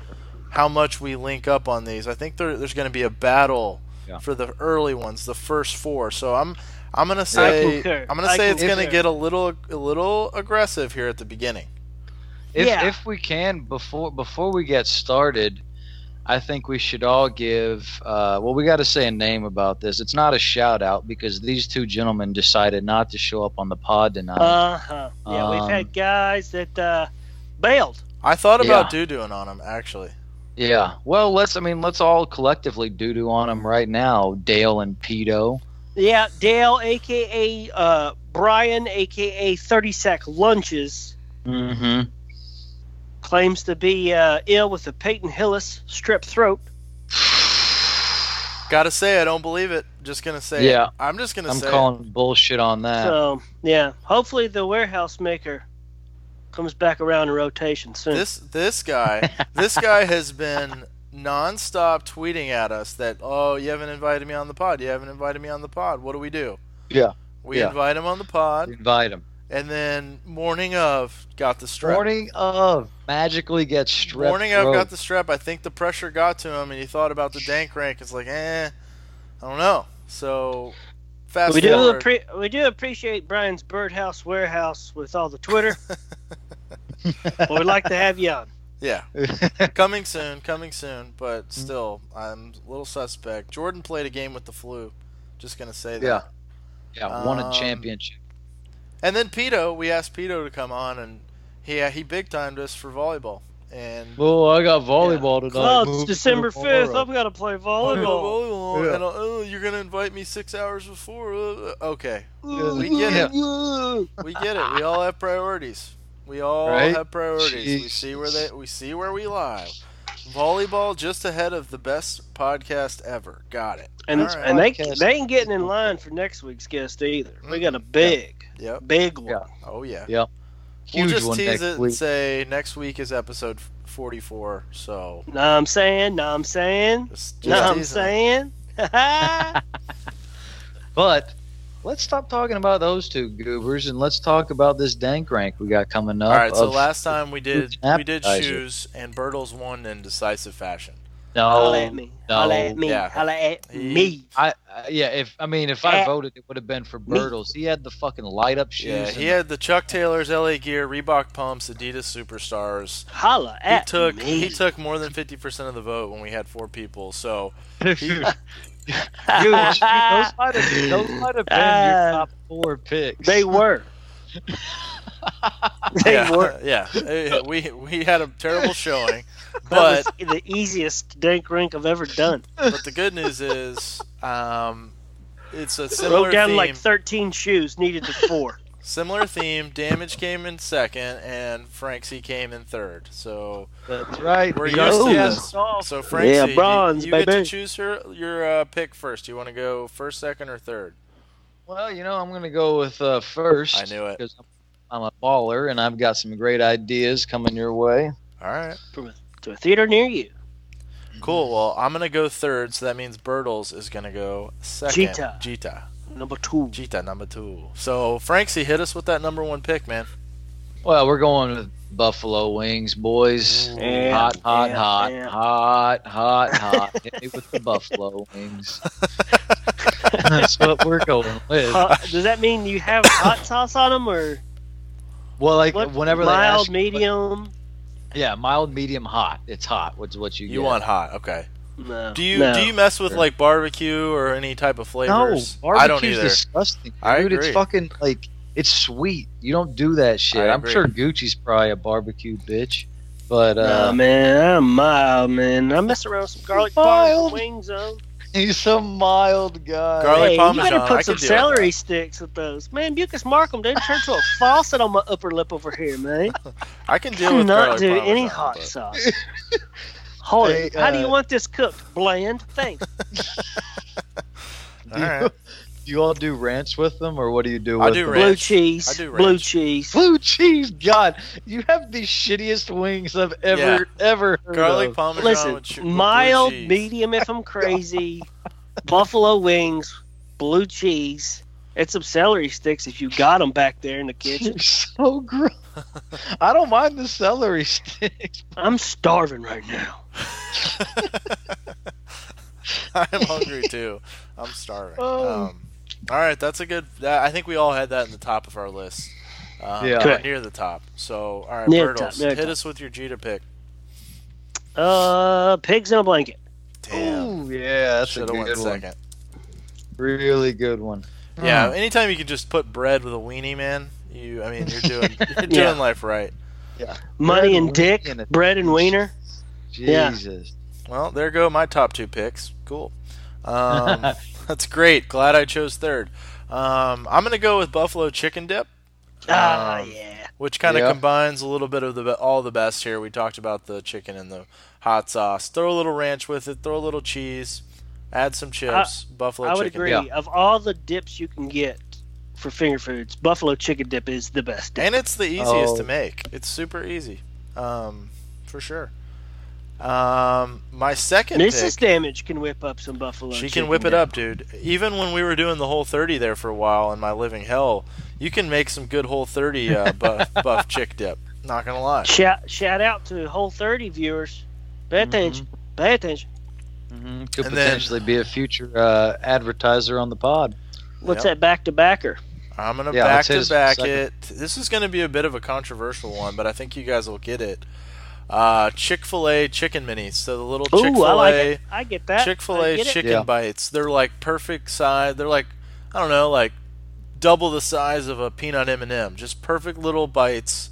how much we link up on these. I think there, there's going to be a battle
Yeah.
for the early ones, the first four. So I'm I'm going to say
concur.
I'm going to
I
say it's going to
concur.
get a little a little aggressive here at the beginning.
If,
Yeah.
if we can, before before we get started, I think we should all give. Uh, well, we got to say a name about this. It's not a shout out because these two gentlemen decided not to show up on the pod tonight.
Uh huh. Yeah,
Um,
we've had guys that uh, bailed.
I thought about
Yeah.
doo dooing on them actually.
yeah. Well, let's. I mean, let's all collectively doo doo on them right now. Dale and Pedo.
Yeah, Dale, aka uh, Brian, aka 30 Sack Lunches,
Mm-hmm.
claims to be uh, ill with a Peyton Hillis strep throat.
Got to say I don't believe it. Just going to say it.
Yeah.
I'm just going to
I'm
say it.
calling bullshit on
Uh,
that.
So yeah, hopefully the warehouse maker comes back around in rotation soon.
This this guy this guy has been nonstop tweeting at us that oh you haven't invited me on the pod you haven't invited me on the pod what do we do
Yeah.
we
Yeah.
invite him on the pod
Invite him.
and then morning of got the strep.
Morning of magically gets strep.
Morning of
throat.
got the strep. I think the pressure got to him, and he thought about the dank rank. It's like, eh, I don't know. So fast
We do
forward.
appre- we do appreciate Brian's birdhouse warehouse with all the Twitter. but we'd like to have you on.
yeah, coming soon, coming soon. But still, I'm a little suspect. Jordan played a game with the flu. Just gonna say that.
yeah, yeah. Won a
Um,
championship.
And then Pito, we asked Pito to come on, and he uh, he big timed us for volleyball. And
Well, I got volleyball tonight.
Oh,
Move
it's
to
December
tomorrow.
5th. I've got to play volleyball.
volleyball,
Yeah.
and I'll- oh, you're gonna invite me six hours before. Uh, okay,
Yeah.
we get it.
Ooh.
We get it. We all have priorities. We all
Right?
have priorities. We see where they we see where we lie. Volleyball just ahead of the best podcast ever. Got it.
And,
All right.
and they
Podcast.
they ain't getting in line for next week's guest either.
Mm-hmm.
We got a big,
Yep.
big one.
Yeah.
Oh yeah.
Yeah. Huge
we'll just
one
tease
next
it and
week.
say next week is episode 44. So
Know what I'm saying? Know what I'm saying?
just, just
Know what I'm
teasing it.
saying?
But let's stop talking about those two goobers and let's talk about this dank rank we got coming up.
All right. So
of-
last time we did we did
appetizer.
shoes and Bertles won in decisive fashion.
Holla
no,
at me.
Oh, no.
Holla at me.
Yeah.
Holla at
He-
me.
I uh, yeah. If I mean, if I
Eh.
voted, it would have been for
Me.
Bertles. He had the fucking light up shoes.
Yeah.
and
He had the Chuck Taylors, LA Gear, Reebok pumps, Adidas Superstars.
Holla
he
at
took
me.
he took more than 50% of the vote when we had four people so
Dude, you- those might have, those might have been your
Uh,
top four picks.
They were. they
yeah,
were.
yeah Eh, we we had a terrible showing
That
but
was the easiest dank rink I've ever done.
but the good news is um it's a similar
Wrote down
theme
like 13 shoes, needed the four.
similar theme damage came in second and Franksy came in third so
That's right.
we're
The
used to
old-
this so Franksy
Yeah,
do you-
bronze,
you, get
baby.
to choose her, your uh, pick first do you want to go first second or third
Well, you know, I'm going to go with uh, first.
I knew it.
Because I'm a baller and I've got some great ideas coming your way.
all right
From a, to a theater near you.
cool well I'm gonna go third so that means Bertles is gonna go second
Jeeta.
Jeeta
Number two.
Cheetah number two. So Franksy hit us with that number one pick, man.
Well, we're going with Buffalo Wings, boys.
Yeah,
hot, hot,
yeah,
hot,
yeah.
hot, hot, hot. Hit me with the Buffalo Wings. That's what we're going with.
Hot- Uh, does that mean you have hot sauce on them or
Well, like
what?
whenever they
mild,
ask,
medium?
yeah, mild, medium, hot. It's hot. What's what you,
You
get.
want hot, okay?
No.
Do you
No.
do you mess with
Sure.
like barbecue or any type of
No,
flavors?
barbecue's
I don't either.
disgusting. Dude.
I agree.
It's fucking like it's sweet. You don't do that shit.
I
I'm
agree.
sure Gucci's probably a barbecue bitch, but
Nah,
uh,
man, I'm mild, man. I mess around with some garlic
Mild.
parm wings on.
he's a mild guy.
Garlic
hey,
parmesan,
you
I
better put
could
some
deal with
celery
that.
sticks with those. Man, Bucus Markham, they turned to a faucet on my upper lip over here, man.
I can deal with garlic
Cannot do
parmesan,
any hot
but-
sauce. Hold
Hey,
it. How do
uh,
you want this cooked? Bland? Thanks.
Do you,
Alright.
do you all do ranch with them, or what do you do?
I
with
do
them?
ranch.
Blue cheese.
I do
blue
ranch.
cheese.
Blue cheese, God, you have the shittiest wings I've ever ever heard
Garlic
of.
parmesan
Listen,
with chu- with blue
mild,
cheese.
medium if I'm crazy, buffalo wings, blue cheese, and some celery sticks if you got them back there in the kitchen.
You're so gross. I don't mind the celery sticks.
I'm starving right now.
I'm hungry too. I'm starving.
Oh.
Um, all right, that's a good. That, I think we all had that in the top of our list. Um,
Yeah.
or
Correct.
near the top. So all right,
Near the
Bertles,
top, near the
hit
top.
us with your Jeter pick.
Uh, pigs in a blanket.
Damn,
Ooh, yeah, that's
should
a
have went
good one.
second.
Really good one.
Hmm.
Yeah, anytime you can just put bread with a weenie, man. You, I mean, you're doing you're doing
Yeah.
life right.
Money
Bread
and
and
dick,
wiener.
bread and wiener. Yeah.
Jesus.
Well, there go my top two picks. Cool. Um, that's great. Glad I chose third. Um, I'm gonna go with buffalo chicken dip,
Ah,
Um,
yeah.
which kind of
Yeah.
combines a little bit of the be- all the best here. We talked about the chicken and the hot sauce. Throw a little ranch with it. Throw a little cheese. Add some chips. buffalo
I would
chicken
agree.
dip.
Of all the dips you can get for finger foods, buffalo chicken dip is the best dip.
And it's the easiest
Oh.
to make. It's super easy, um, for sure. Um, my second
Mrs.
pick,
Damage can whip up some buffalo.
she can
chicken
whip it
dip.
up, dude. Even when we were doing the whole 30 there for a while in my living hell, you can make some good whole 30 uh, buff, buff chick dip. Not gonna lie.
Shout shout out to Whole 30 viewers. Pay
Mm-hmm.
attention. Pay attention.
Mhm, Could
And then-
potentially be a future uh, advertiser on the pod.
What's
Yep.
that back to backer?
I'm gonna
Yeah,
back
let's hit
to
us with
back
second.
it. This is gonna be a bit of a controversial one, but I think you guys will get it. Uh, Chick Fil A chicken minis. So the little Chick
Ooh, I
Fil
like
A,
it. I get that.
Chick Fil
I
A
get it.
chicken
Yeah.
bites. They're like perfect size. They're like I don't know, like double the size of a peanut M and m Just perfect little bites.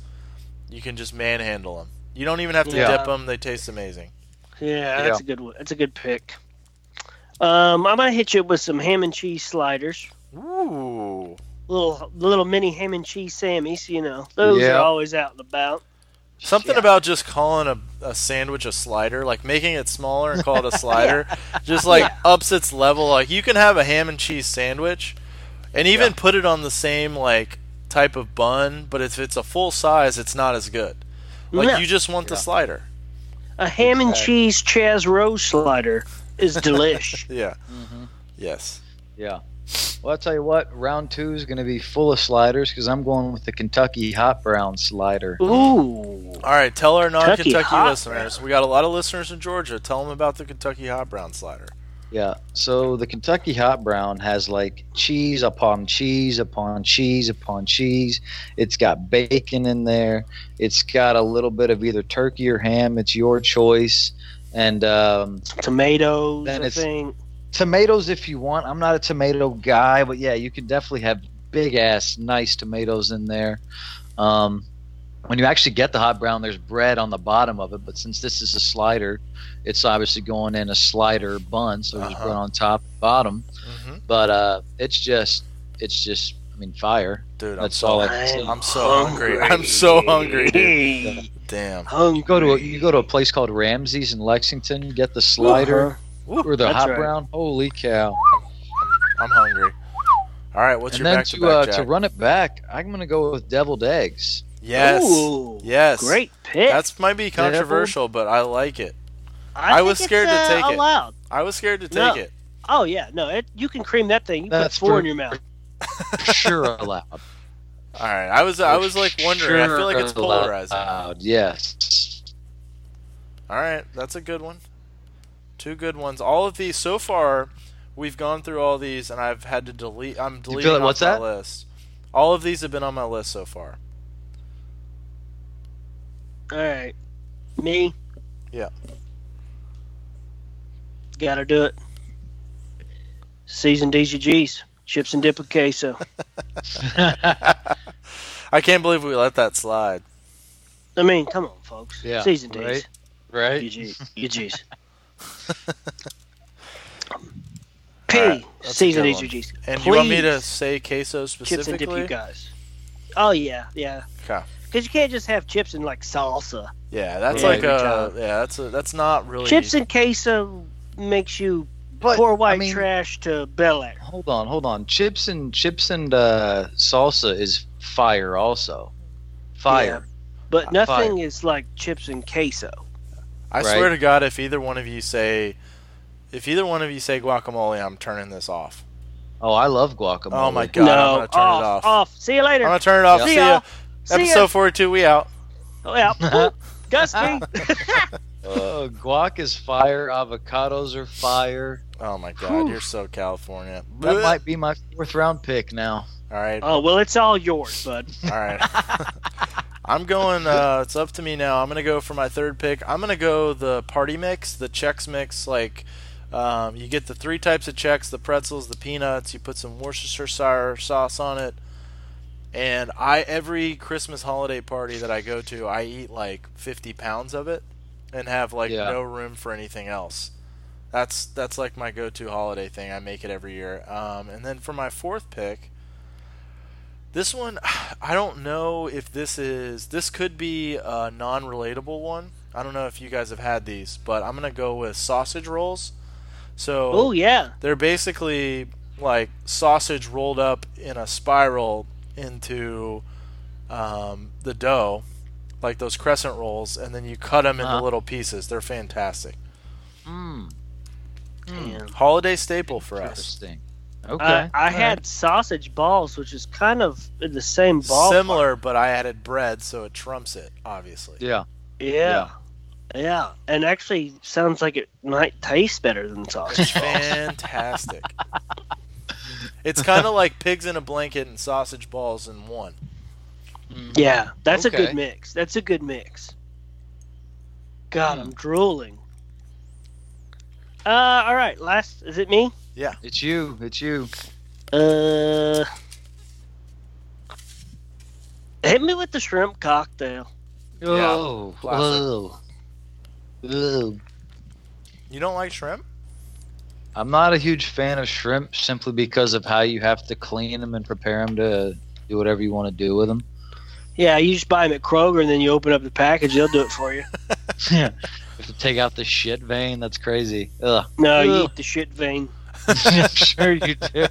You can just manhandle them. You don't even have to dip 'em.
Yeah.
dip them. They taste amazing.
Yeah, that's a good one. That's a good pick. Um, I'm gonna hit you with some ham and cheese sliders.
Ooh,
Little little mini ham and cheese sammies, you know. Those
Yeah.
are always out and about.
something
Yeah.
about just calling a, a sandwich a slider, like making it smaller and call it a slider, just like ups its level. Like you can have a ham and cheese sandwich, and even put it on the same like type of bun, but if it's a full size, it's not as good. Like
No.
you just want the
Yeah.
slider.
A ham and
Exactly.
cheese Chaz Rose slider is delish.
Yeah.
Mm-hmm.
Yes.
Yeah. Well, I'll tell you what, round two is going to be full of sliders because I'm going with the Kentucky Hot Brown slider.
Ooh.
All right. Tell our non-Kentucky
hot
listeners. We got a lot of listeners in Georgia. Tell them about the Kentucky hot brown slider.
Yeah. So the Kentucky Hot Brown has like cheese upon cheese upon cheese upon cheese. It's got bacon in there. It's got a little bit of either turkey or ham. It's your choice. And um,
Tomatoes,
Then
I
it's-
think.
tomatoes if you want. I'm not a tomato guy, but yeah, you can definitely have big ass nice tomatoes in there. Um, when you actually get the hot brown, there's bread on the bottom of it, but since this is a slider, it's obviously going in a slider bun, so there's
Uh-huh.
bread on top, bottom.
Mm-hmm.
But uh, it's just, it's just, I mean, fire.
Dude, I'm
That's
so,
all I can say.
I'm so hungry. I'm so hungry, dude.
Hey,
Damn.
You go to a, you go to a place called Ramsey's in Lexington, get the slider
Uh-huh.
or the
That's
hot
right.
brown. Holy cow!
I'm hungry. All right. What's
and
your
then
back
to
to back,
uh,
Jack?
to run it back, I'm gonna go with deviled eggs.
Yes.
Ooh,
Yes.
Great pick.
That's might be controversial, but I like it. I
think
was
it's,
scared to
uh,
take it.
allowed.
I was scared to take
No.
it.
Oh yeah, no, it, you can cream that thing. You
That's
put four in
for-
your mouth.
sure allowed.
All right. I was I was like wondering. I feel like it's
Sure allowed,
polarizing.
Yes.
All right, that's a good one. Two good ones. All of these so far, we've gone through all these, and I've had to delete. I'm deleting
like-
off
what's
my
that?
list. All of these have been on my list so far.
All right, me.
Yeah.
Gotta do it. Seasoned DGGs, chips and dip with queso.
I can't believe we let that slide.
I mean, come on, folks.
Yeah,
Seasoned
right?
D's,
Right.
DGGs. DGGs.
All right,
P.
that's a
Seasoned
good one.
DGGs.
And you want me
Please.
to say queso
chips and dip
specifically?
you guys. Oh yeah, yeah.
'Kay.
Because you can't just have chips and like salsa.
yeah, that's
Yeah,
like
good
a
job.
yeah, that's a that's not really
Chips and queso makes you
But
poor white
I mean,
trash to Bel Air.
hold on, hold on. Chips and chips and uh, salsa is fire also. Fire.
But
Uh, fire.
nothing is like chips and queso.
I
Right.
swear to God, if either one of you say, if either one of you say guacamole, I'm turning this off.
Oh, I love guacamole.
Oh my God,
no,
I'm gonna turn
off,
it off.
See you
I'm
later.
gonna turn it off.
Yeah.
See
See
ya.
ya. See
Episode
ya.
42, we out.
Oh, yeah. Whoop. Dusty.
Uh, guac is fire. Avocados are fire.
Oh my God, you're so California.
That
Blech.
might be my fourth round pick now.
All right, all
oh well, it's all yours, bud.
right. I'm going. Uh, it's up to me now. I'm gonna go for my third pick. I'm gonna go the party mix, the Chex mix. Like, um, you get the three types of Chex: the pretzels, the peanuts. You put some Worcestershire sauce on it. And I every Christmas holiday party that I go to, I eat like 50 pounds of it, and have like
Yeah.
no room for anything else. That's that's like my go-to holiday thing. I make it every year. Um, and then for my fourth pick, this one I don't know if this is this could be a non-relatable one. I don't know if you guys have had these, but I'm gonna go with sausage rolls. So
Oh yeah.
they're basically like sausage rolled up in a spiral into um, the dough, like those crescent rolls, and then you cut them into
Uh-huh.
little pieces. They're fantastic.
Mm,
hmm.
Damn.
Holiday staple for us.
interesting. Okay.
Uh, I
all
had
right.
sausage balls, which is kind of in the same ball.
Similar, but I added bread, so it trumps it, obviously.
Yeah.
Yeah. yeah. And actually, sounds like it might taste better than sausage balls.
Fantastic. it's kind of like pigs in a blanket and sausage balls in one.
Hmm.
yeah. That's a
Okay.
good mix. That's a good mix. God,
Hmm.
I'm drooling. Uh, all right. Last, is it me?
It's you. It's you.
Uh, hit me with the shrimp cocktail.
Oh.
classic.
Oh. Oh.
You don't like shrimp?
I'm not a huge fan of shrimp simply because of how you have to clean them and prepare them to do whatever you want to do with them.
Yeah, you just buy them at Kroger and then you open up the package, they'll do it for you.
you have to take out the shit vein. That's crazy. Ugh.
No, you
Ugh.
eat the shit vein.
I'm sure you do.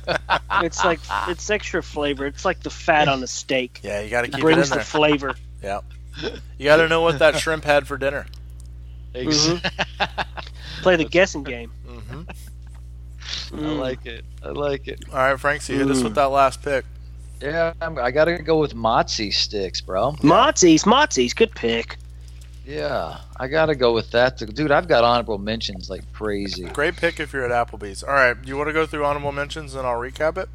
It's like it's extra flavor. It's like the fat on a steak.
Yeah, you got to keep it in
Brings the
there.
flavor.
You got to know what that shrimp had for dinner.
Ex-
Play the guessing game.
Mm-hmm.
I
Mm-hmm.
like it. I like it.
All right, Frank, so you hit us with that last pick.
Yeah, I'm, I gotta go with Motzi sticks, bro.
Mm. Mozzie's, Mozzie's, good pick.
Yeah, I gotta go with that. Dude, I've got honorable mentions like crazy.
Great pick if you're at Applebee's. All right, you want to go through honorable mentions and I'll recap it?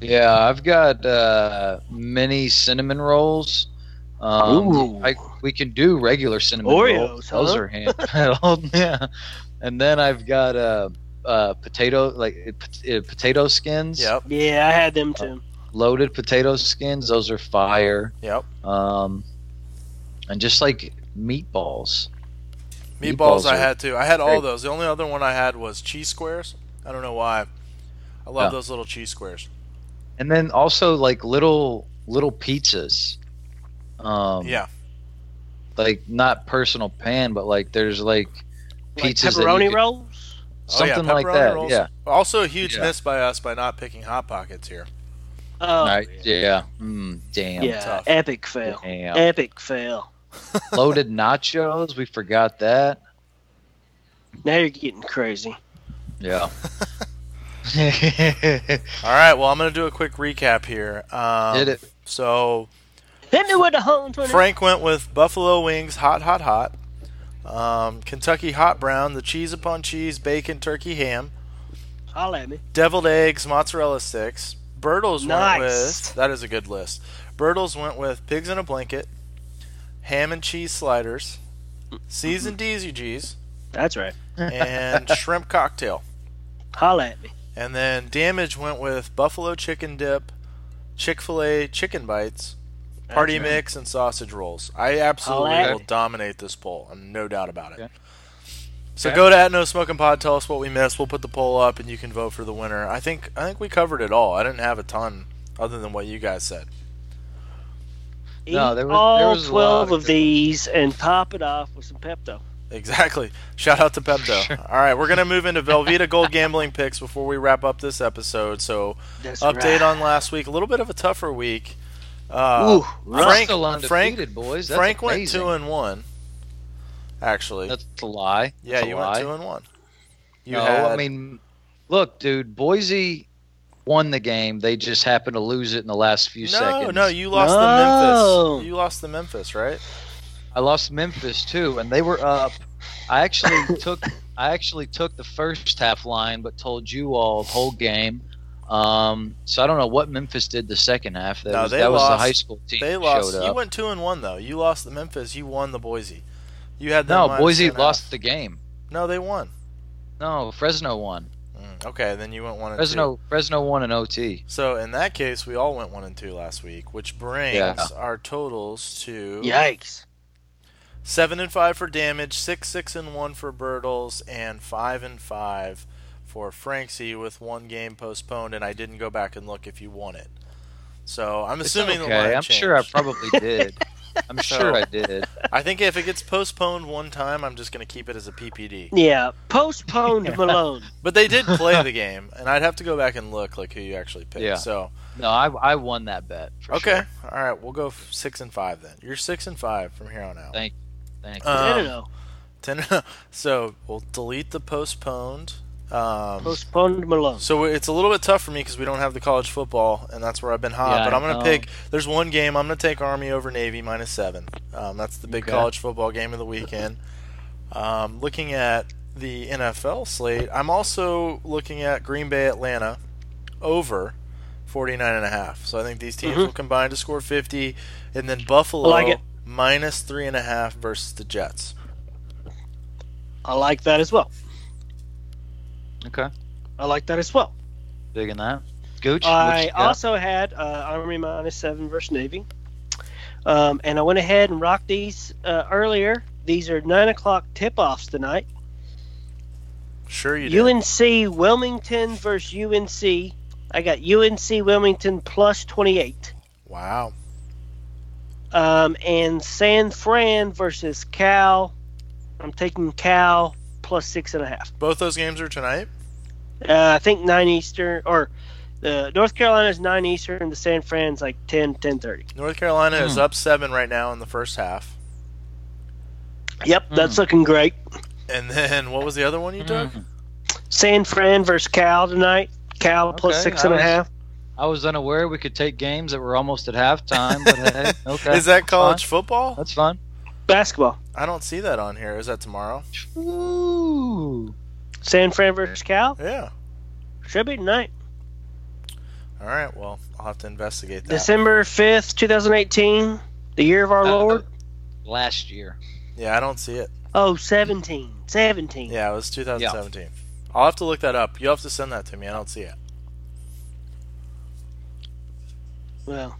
Yeah, I've got uh, mini cinnamon rolls. Um,
Ooh.
I, we can do regular cinnamon
Oreos,
rolls. Those
huh?
are hand peddled. yeah, and then I've got uh, uh, potato like uh, pot- uh, potato skins,
Yep,
Yeah, I had them too.
loaded potato skins. Those are fire.
yep.
Um, and just like meatballs.
Meatballs,
Meatballs
I
are
had too. I had all
great.
those. The only other one I had was cheese squares. I don't know why. I love
Yeah.
those little cheese squares.
and then also like little little pizzas um
Yeah.
like not personal pan but like there's like
Like
pizzas that you
pepperoni
could-
rolls.
Oh, yeah,
something like
pepperoni
that
rolls.
yeah
Also, a huge
Yeah.
miss by us by not picking Hot Pockets here.
Oh,
Right, yeah mm, damn
yeah.
tough.
Epic fail.
Damn.
Epic fail.
loaded nachos we forgot that
Now you're getting crazy.
yeah
All right, well, I'm going to do a quick recap here. Um,
did it
So,
Hit me with a home twenty.
Frank went with buffalo wings, hot, hot, hot. Um, Kentucky hot brown, the cheese upon cheese, bacon, turkey, ham,
Holla at me.
deviled eggs, mozzarella sticks. Bertles
Nice.
went with that is a good list. Bertles went with pigs in a blanket, ham and cheese sliders, seasoned DZGs,
That's right.
and shrimp cocktail.
Holla at me.
And then damage went with buffalo chicken dip, Chick Fil A chicken bites, party
right.
mix, and sausage rolls. I absolutely
Alright.
will dominate this poll. I'm no doubt about it.
Okay.
So
Okay.
go to at no smoking pod. Tell us what we missed. We'll put the poll up, and you can vote for the winner. I think I think we covered it all. I didn't have a ton other than what you guys said.
No,
Eat
there was-
all
there was a lot
twelve
of
of
good-
these and top it off with some Pepto.
Exactly. Shout out to Pepto. All right, we're gonna move into Velveeta Gold gambling picks before we wrap up this episode. So
That's
update
right.
on last week. A little bit of a tougher week. Uh,
Ooh,
I'm
Frank,
still
Frank,
undefeated, boys That's
Frank went
amazing.
two and one. Actually,
that's a lie
yeah,
That's a
you
lie.
went two and one. You
no,
had,
I mean, look, dude, Boise won the game. They just happened to lose it in the last few
no,
seconds.
no, you lost to
No.
Memphis. You lost to Memphis, right?
I lost Memphis too, and they were up. I actually took I actually took the first half line, but told you all the whole game. Um, so I don't know what Memphis did the second half. That,
No,
was,
they
that was the
lost.
high school team.
They
that
lost.
Showed
You
up.
went two and one though. You lost the Memphis. You won the Boise. You had them
no,
minus
Boise
10
lost
half.
the game.
No, they won.
No, Fresno won.
Mm, okay, then you went one and two.
Fresno Fresno won an OT.
So in that case, we all went one and two last week, which brings our totals to
Yikes.
Seven and five for damage, six six and one for Bertles, and five and five for Franksy with one game postponed. And I didn't go back and look if you won it. So I'm
It's
assuming the
okay.
line
I'm sure I
changed.
probably did. I'm sure I did.
I think if it gets postponed one time, I'm just going to keep it as a PPD.
Yeah, postponed Malone.
But they did play the game, and I'd have to go back and look like who you actually picked.
Yeah.
So
No, I, I won that bet. For
okay,
sure.
all right, we'll go f- six and five then. You're six and five from here on out.
Thank Thank you.
I
Um,
don't know.
Ten- so we'll delete the postponed. Um,
Postponed Malone.
so it's a little bit tough for me because we don't have the college football, and that's where I've been hot.
Yeah,
but
I
I'm going
know.
to pick. There's one game I'm going to take Army over Navy minus seven. Um, that's the big
Okay.
college football game of the weekend. Um, looking at the NFL slate, I'm also looking at Green Bay Atlanta over 49 and a half. So I think these teams
Mm-hmm.
Mhm.
will combine to score 50, and then Buffalo
like it.
minus three and a half versus the Jets.
I like that as well.
okay.
I like that as well.
Digging that. Gooch. what
I
you got?
also had uh, Army minus seven versus Navy, um, and I went ahead and rocked these uh, earlier. These are nine o'clock tip-offs tonight.
Sure, you do.
UNC Wilmington versus UNC. I got UNC Wilmington plus twenty-eight,
wow.
um, and San Fran versus Cal. I'm taking Cal plus six and a half.
Both those games are tonight.
Uh, I think nine Eastern or the North Carolina's nine Eastern, and the San Fran's like 10, 10.30.
North Carolina is
Hmm.
up seven right now in the first half.
Yep, that's
Mm.
looking great.
And then what was the other one you took?
Mm.
San Fran versus Cal tonight. Cal plus
Okay,
six and
I
a
was-
half.
I was unaware we could take games that were almost at halftime, but hey, okay.
Is that college football?
That's fun.
Basketball.
I don't see that on here. Is that tomorrow?
Ooh.
San Fran versus Cal
Yeah.
should be tonight.
All right. Well, I'll have to investigate that.
December fifth, two thousand eighteen, the year of our
Uh,
Lord.
Last year.
yeah, I don't see it.
Oh, 17. 17.
Yeah, it was 2017. I'll have to look that up. You'll have to send that to me. I don't see it.
Well,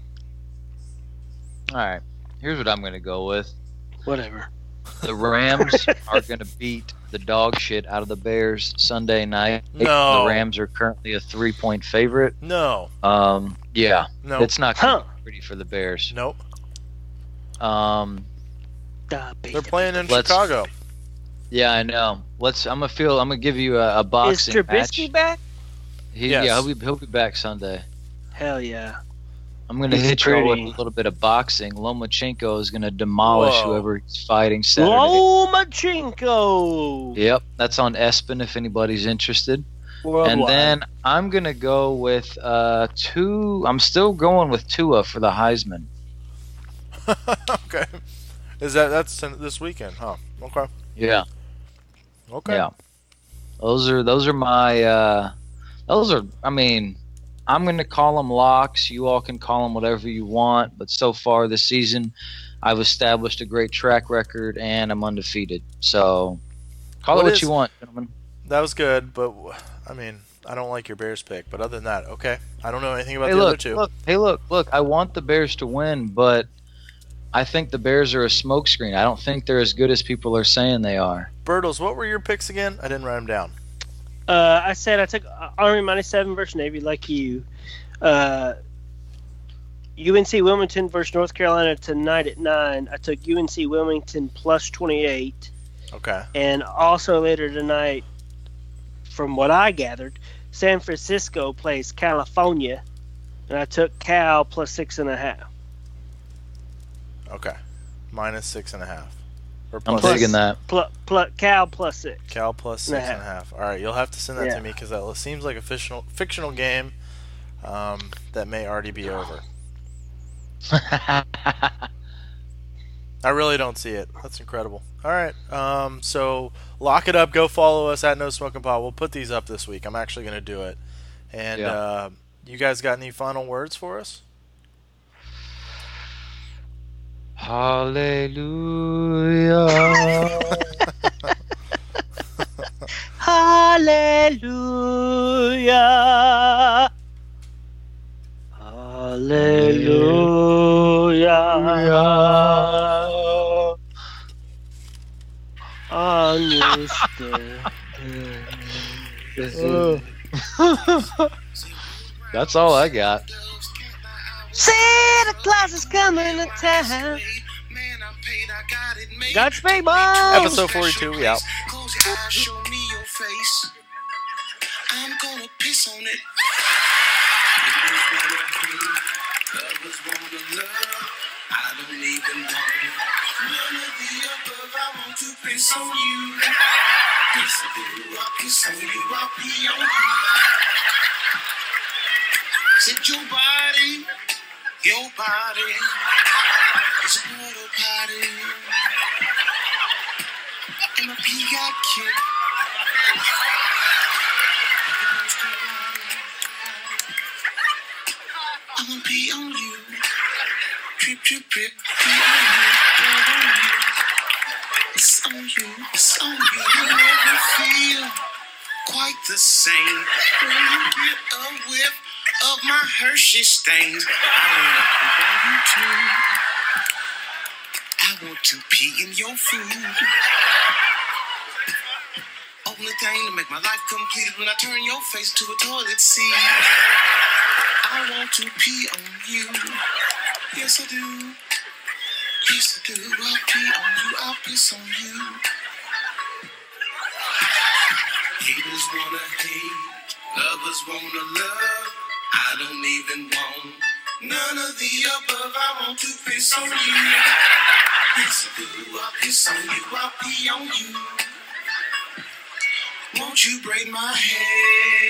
All right. Here's what I'm going to go with.
whatever.
The Rams are going to beat the dog shit out of the Bears Sunday night.
No.
The Rams are currently a three point favorite.
No.
Um, yeah,
Nope.
it's not gonna
Huh.
be pretty for the Bears.
nope.
Um,
Duh,
They're playing in
Let's-
Chicago.
yeah, I know. Let's. I'm gonna feel. I'm gonna give you a, a
Is
boxing
Trubisky
match.
back?
He,
Yes.
Yeah, he'll be, he'll be back Sunday.
Hell yeah.
I'm gonna
He's
hit you all with
pretty.
a little bit of boxing. Lomachenko is gonna demolish
Whoa.
whoever he's fighting Saturday.
Lomachenko.
Yep, that's on Espen if anybody's interested.
Worldwide.
And then I'm gonna go with uh two. I'm still going with Tua for the Heisman.
okay. Is that that's ton- this weekend? Huh. Okay.
Yeah,
Okay.
yeah. Those are those are my uh those are. I mean, I'm gonna call them locks. You all can call them whatever you want. But so far this season, I've established a great track record and I'm undefeated. So call
What
it what
is-
you want, gentlemen.
That was good, but w- I mean, I don't like your Bears pick. But other than that, okay. I don't know anything about
Hey
the
look,
other two.
look, hey look, look. I want the Bears to win, but I think the Bears are a smokescreen. I don't think they're as good as people are saying they are.
Bertles, what were your picks again? I didn't write them down.
Uh, I said I took uh, Army minus seven versus Navy, like you. Uh, UNC Wilmington versus North Carolina tonight at nine. I took UNC Wilmington plus twenty eight,
Okay.
and also later tonight, from what I gathered, San Francisco plays California, and I took Cal plus six and a half.
Okay. Minus six and a half. Or
I'm
plus
digging that.
Pl- pl- Cal plus six.
Cal plus
And a
six and a half. All right, you'll have to send that
Yeah.
to me because that seems like a fictional fictional game um, that may already be over. I really don't see it. That's incredible. All right, um, so lock it up. Go follow us at No Smoking Pot. We'll put these up this week. I'm actually going to do it. And
Yeah.
uh, you guys got any final words for us?
Hallelujah.
Hallelujah. Hallelujah. Understand.
That's all I got.
Santa Claus is coming to town.
got it made.
Godspeed, Mom!
Episode 42, we out.
Close your eyes, show me your face. I'm gonna piss on it. Others wanna love, I don't even know. None of the above, I want to piss on you. Piss on you, I'll piss on you, I'll pee on you. Said your body, your body is a porta potty. And my pee got kicked. I'm gonna pee on you. Drip, drip, drip. Pee on you. Blood on you. It's on you. It's on you. You never feel quite the same when you get a whiff of my Hershey stains. I wanna poop on you too. I want to pee in your food. Only thing to make my life complete is when I turn your face to a toilet seat. I want to pee on you. Yes, I do. Yes, I do. I'll pee on you. I'll piss on you. Haters wanna hate. Lovers wanna love. I don't even want none of the above. I want to piss on you. Yes, I do. I'll piss on you. I'll pee on you. Won't you braid my hair?